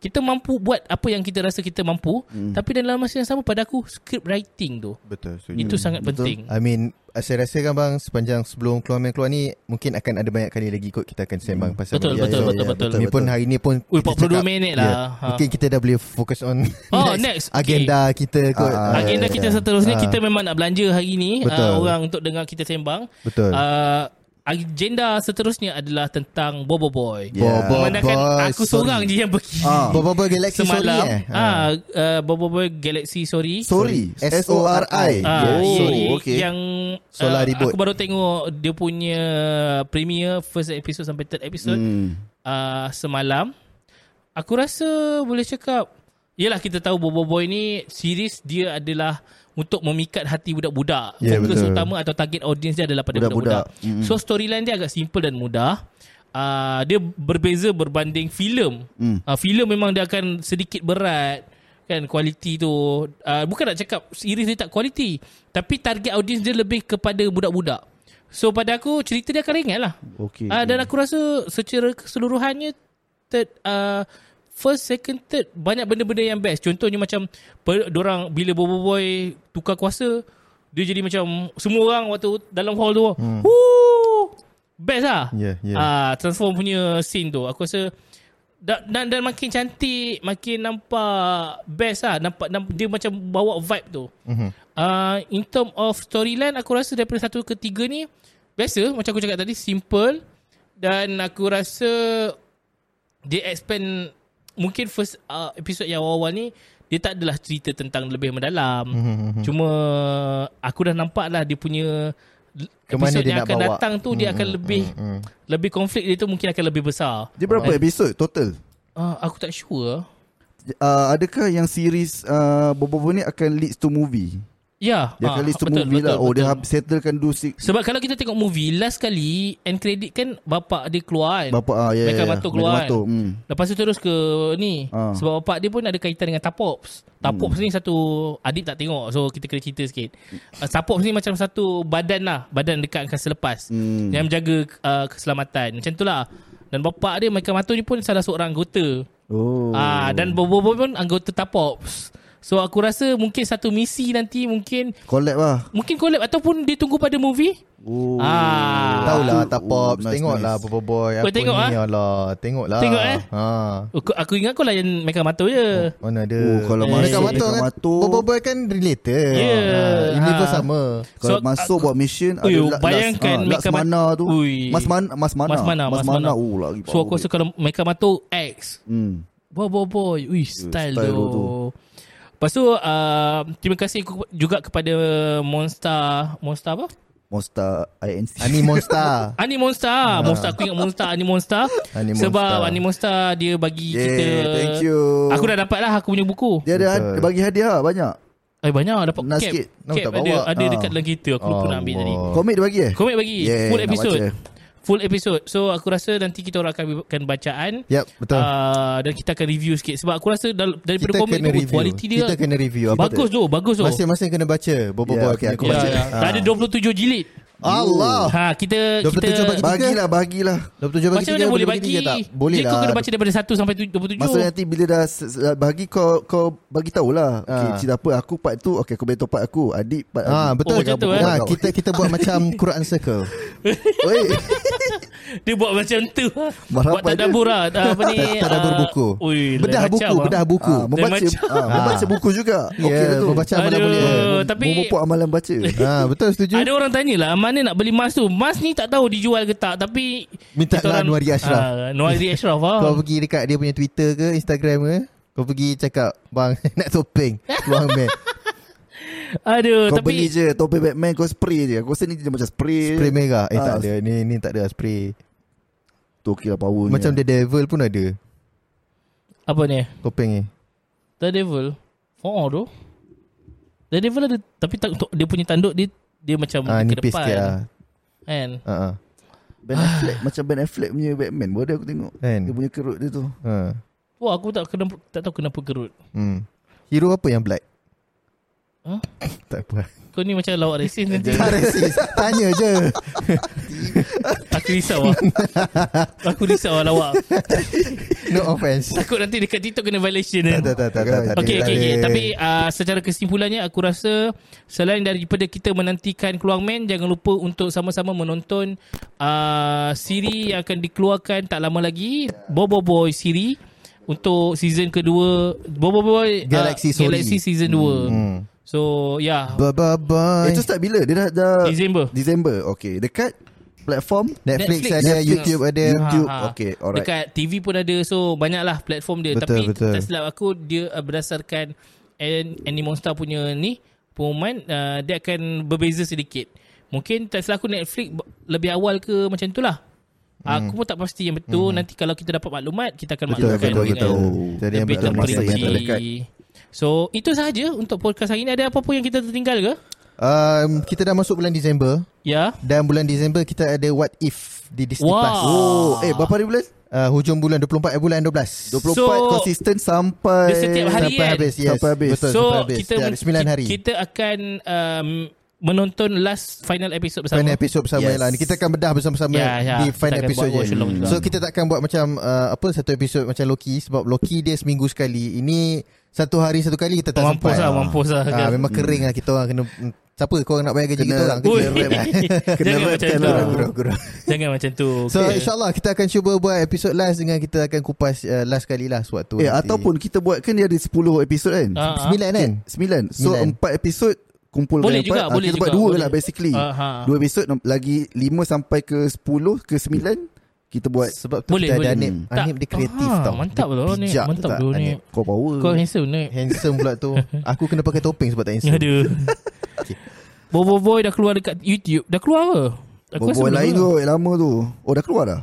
kita mampu buat apa yang kita rasa kita mampu Hmm. tapi dalam masa yang sama pada aku script writing tu Betul. Setuju. itu sangat penting I mean Saya rasa kan bang Sepanjang sebelum keluar main keluar ni Mungkin akan ada banyak kali lagi kot Kita akan sembang pasal Betul, betul, media. So, betul, yeah, betul. Ni pun hari ni pun Ui, 42 kita cakap- minit lah. Yeah. Ha. Mungkin kita dah boleh fokus on Oh, next. Okay. Agenda kita kot Ah, Ah, Agenda yeah, kita yeah. seterusnya Ah, kita memang nak belanja hari ni Betul. uh, orang untuk dengar kita sembang. Betul. Uh, agenda seterusnya adalah tentang Bobo Boy. Yeah. Bobo Memandangkan Boy, aku sorry. seorang je yang pergi. Ah. Bobo Boy Galaxy Semalam sorry eh. ah uh, Bobo Boy Galaxy sorry. Sorry S- S-O-R-I Ah, Yes. sorry okay. Oh, okay. yang ah, Solar reboot. aku baru tengok dia punya premiere first episode sampai third episode Hmm. uh, semalam aku rasa boleh cakap Yelah kita tahu Bobo Boy ni series dia adalah untuk memikat hati budak-budak. Ya, Fokus betul. utama atau target audience dia adalah pada budak-budak. Budak-budak. Mm-hmm. So storyline dia agak simple dan mudah. Uh, dia berbeza berbanding filem. Mm. Uh, filem memang dia akan sedikit berat kan kualiti tu. Uh, bukan nak cakap series dia tak kualiti, tapi target audience dia lebih kepada budak-budak. So pada aku cerita dia akan ringan lah. Okay. Ah, dan aku rasa secara keseluruhannya third uh, first second third banyak benda-benda yang best. Contohnya macam per, dorang bila Bobo Boy tukar kuasa dia jadi macam semua orang waktu dalam hall tu. Hmm. Woo! Best lah. Ya, ya. Ah, transform punya scene tu. Aku rasa da- dan dan makin cantik, makin nampak best lah. Nampak, nampak dia macam bawa vibe tu. Mhm. Mm-hmm. Uh, in term of storyline aku rasa daripada satu ke tiga ni biasa macam aku cakap tadi simple dan aku rasa dia expand mungkin first uh, episode yang awal-awal ni dia tak adalah cerita tentang lebih mendalam. Mhm, Mm-hmm. Cuma aku dah nampak lah dia punya Kemana episode dia yang nak akan bawa. datang tu dia Hmm, akan lebih lebih konflik dia tu mungkin akan lebih besar. Dia berapa episod total? Uh, aku tak sure. Uh, adakah yang series uh, Bobo Boy ni akan leads to movie? Ya. Dia ah, kali semua betul, bila betul, Oh dia betul. hab- settlekan do six Sebab kalau kita tengok movie last kali end credit kan bapak dia keluar kan. Bapa ah ya Mereka ya. ya. batuk keluar Mereka batuk, kan. hmm. Lepas tu terus ke ni Ah. Hmm. sebab bapak dia pun ada kaitan dengan Tapops. Tapops ni satu adik tak tengok so kita kena cerita sikit. Uh, Tapops ni macam satu badan lah, badan dekat angkasa lepas Hmm. yang menjaga uh, keselamatan. Macam itulah. Dan bapak dia Michael Mato ni pun salah seorang anggota. Oh. Ah dan Bobo pun anggota Tapops. So aku rasa mungkin satu misi nanti mungkin Collab lah. mungkin collab ataupun dia tunggu pada movie. Oh. Ah. Tahu lah Oh, tak pop nice, Tengok lah nice. Bobo Boy Kau Apa tengok, ni ah? Alah Tengok lah Tengok, eh? ha. Aku, aku ingat kau layan Michael Mato je. Mana ada Oh, kalau Eh, Ya. masuk Mereka Mereka Mato kan batuk. Bobo Boy kan related Yeah. ha. Universe Ha. sama Kalau So, ah, so, masuk buat mission Ui, ada la- bayangkan las, ah, Mecca Laksmana Mat- tu. Ui. Mas Mana Mas Mana. Mas Mana, Mas Mas Mana. Mana. Oh lagi. So aku power. rasa kalau Michael Mato X Hmm. Boy boy boy Ui style, style tu. tu. Lepas tu uh, Terima kasih ku- juga kepada Monster Monster apa? Monster INC. Ani Ah, Monster Ani Ah. Monster Monster aku ingat Monster Ani Monster Ani Sebab Monster. Ani Monster Dia bagi Yeah, kita thank you. Aku dah dapat lah Aku punya buku Dia ada Betul. dia bagi hadiah lah banyak. Eh banyak dapat Nas cap sikit. Kenapa Cap tak ada, bawa? Oh. ada Ah. dekat dalam kereta Aku lupa nak ambil tadi Allah. Komik dia bagi eh? Komik bagi Yeah, Full nak episode baca. Full episode So aku rasa nanti kita orang akan akan bacaan Yep Ya, betul uh, Dan kita akan review sikit Sebab aku rasa dal- Daripada Kita komik kena tu review Kualiti dia Kita kena review apa Bagus tu Bagus tu tu Masing-masing kena baca Bobo Yeah, Boy okay, punya aku komik. baca. Ya, ya. Dah ada 27 jilid. Ah. Allah Ha, kita 27 kita bagi tiga. Bagilah, bagilah. 27 bagi macam mana tiga, boleh tiga bagi? tak? Boleh Dia lah kau kena baca daripada 1 sampai tu- 27. Maksudnya nanti bila dah se- se- bagi kau kau bagi tahulah. Okey, Ah. cerita apa aku part tu, okey aku betul part aku, adik part Ah adik. betul Oh, macam tu, eh? ha, kita kita buat macam Quran circle. Oi. Dia buat macam tu. Marah buat apa dia? tadabbur lah. Ah, Apa ni? Tak- tadabbur ah, buku. ui, lain Bedah macam buku, ah. bedah buku. Ah, membaca macam- ah, membaca buku juga. Ya, Okey Ah, dah yeah, tu. membaca amalan Aduh. boleh. Eh, tapi- memupuk amalan baca. Ha, betul setuju. Ada orang tanya lah Mana nak beli emas tu Emas ni tak tahu dijual ke tak Tapi Minta kita lah orang- Nuari Ashraf. Ah, Nuari Ashraf Kau ah. pergi dekat dia punya Twitter ke Instagram ke Kau pergi cakap Bang nak topeng Keluar meh Aduh Kau Tapi beli je Topeng Batman Kau spray je Aku rasa ni dia macam spray Spray merah Eh Ah. tak ada Ni ni tak ada spray Tu okey lah power Macam ni The Devil pun ada Apa ni Topeng ni The Devil Oh tu The Devil ada Tapi tak, dia punya tanduk Dia dia macam ah, ke Nipis depan sikit lah Kan ha, ha. Ben Affleck Macam Ben Affleck punya Batman Boleh aku tengok Kan Dia punya kerut dia tu ha. Wah aku tak kenapa, tak tahu kenapa gerut hmm. Hero apa yang black Huh? Tak apa Kau ni macam lawak resis nanti Tak resist Tanya je Aku risau lah Aku risau lah lawak No offense Takut nanti dekat TikTok kena violation Tak kan tak tak tak, tak, tak Okay, tak okay, okay. ada. Tapi uh, secara kesimpulannya aku rasa selain daripada kita menantikan Keluang Man, jangan lupa untuk sama-sama menonton uh, siri yang akan dikeluarkan tak lama lagi, Bobo Boy siri untuk season kedua Bobo Boy uh, Galaxy Sorry. Galaxy season 2. hmm. So, ya, yeah, Bye bye bye Eh tu start bila Dia dah, dah December. December Okay Dekat Platform Netflix, Netflix. ada Netflix. YouTube ada YouTube Ha, ha. Okay alright Dekat TV pun ada So banyaklah platform dia Betul, Tapi betul. tak silap aku Dia uh, berdasarkan An- Annie Monster punya ni Pengumuman uh, Dia akan berbeza sedikit Mungkin tak silap aku Netflix b- Lebih awal ke macam tu lah hmm. Aku pun tak pasti yang betul hmm. Nanti kalau kita dapat maklumat Kita akan Betul maklumkan betul dengan betul Jadi yang Lebih dalam masa yang terperinci. terdekat. terperinci So itu sahaja Untuk podcast hari ini Ada apa-apa yang kita tertinggal ke? Um, kita dah masuk bulan Disember Ya dan bulan Disember kita ada What If di Disney Wah. Plus. Oh Eh berapa hari bulan Uh, hujung bulan 24 eh, bulan 12. 24 So, konsisten sampai dia setiap hari sampai kan? habis. Yes. Sampai habis. Ya, Betul, so sampai habis. kita Kita men- ada 9 hari. Kita, kita akan um, menonton last final episode bersama. Final episode bersama Yes. yes. lah. Ni Kita akan bedah bersama-sama Ya, ya. di Kita final akan episode buat je. watch along juga. So kita takkan buat macam uh, apa satu episod macam Loki sebab Loki dia seminggu sekali. Ini satu hari satu kali kita tak Mampus lah, sampai. mampus lah. Ah, memang kering lah kita orang kena siapa kau orang nak bayar gaji Kena- kita orang Ui. kerja rap. lah. Kena Jangan macam rapkan tu. lah Kurang, kurang. Jangan macam tu. So Okay. okay. insyaAllah kita akan cuba buat episod last dengan kita akan kupas uh, last kali lah sewaktu Eh nanti. ataupun kita buat kan Dia ada 10 episod kan Ah, ah. Sembilan kan? Sembilan So Sembilan. empat episod Kumpulkan Boleh empat. juga, Ah, boleh Kita buat juga, dua boleh. Ah, lah basically Aha. Dua episod nam- Lagi lima sampai ke sepuluh Ke sembilan Kita buat Sebab tu Boleh, boleh, kita ada boleh. Anip Tak. Anip dia kreatif Ah, tau Mantap Dia lah ni. bijak Mantap tak, tu ni. Anip? Kau power Kau handsome ni. Handsome pula tu Aku kena pakai topeng sebab tak Ya handsome ada. Bobo Boy dah keluar dekat YouTube. Dah keluar ke? Aku rasa Bobo belum lain lah. tu eh, Lama tu Oh dah keluar dah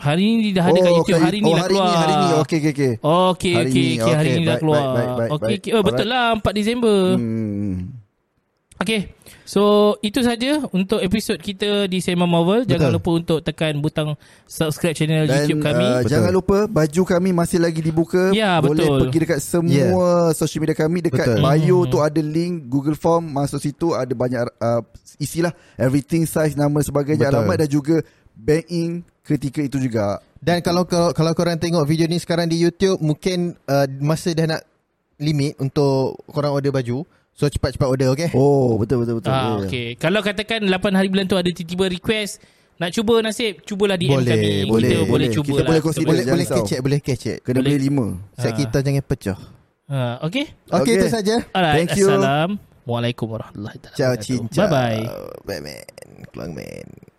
Hari ni dah ada kat YouTube. okay. Hari ni oh, dah hari keluar. ni Hari ni Okay okay okay Okey, Hari okey, ni, okey, hari okey, ni dah oh, baik, Hmm. keluar. baik, baik, baik, Okey, baik. okey. Oh, betul lah 4 Disember. hmm. Okay. So itu saja untuk episod kita di Sema Marvel. Jangan Betul. lupa untuk tekan butang subscribe channel Dan YouTube kami. Uh, jangan lupa baju kami masih lagi dibuka. Ya, Boleh betul. Hmm. pergi dekat semua yeah. social media kami dekat Betul. Ya. betul. bio tu ada link Google Form masuk situ ada banyak uh, isilah everything size nama sebagainya Betul. betul. alamat dan juga banking ketika itu juga. Dan kalau kalau, kalau korang tengok video ni sekarang di YouTube mungkin uh, masa dah nak limit untuk korang order baju. So cepat-cepat order okay? Oh, betul betul betul. Ah, okay. Kalau katakan 8 hari bulan tu ada tiba-tiba request nak cuba nasib, cubalah DM Boleh, kami. boleh, kita boleh boleh. cuba Kita lah. boleh consider. Boleh Jangan boleh risau. kecek, boleh kecek. Kena Boleh. beli lima. Set Ah. kita jangan pecah. Ah, okay. Okay, Okay. itu saja. Alright. Thank you. Assalamualaikum warahmatullahi taala. Ciao wabarakatuh. cincau. Bye-bye. Batman, Kelang Man.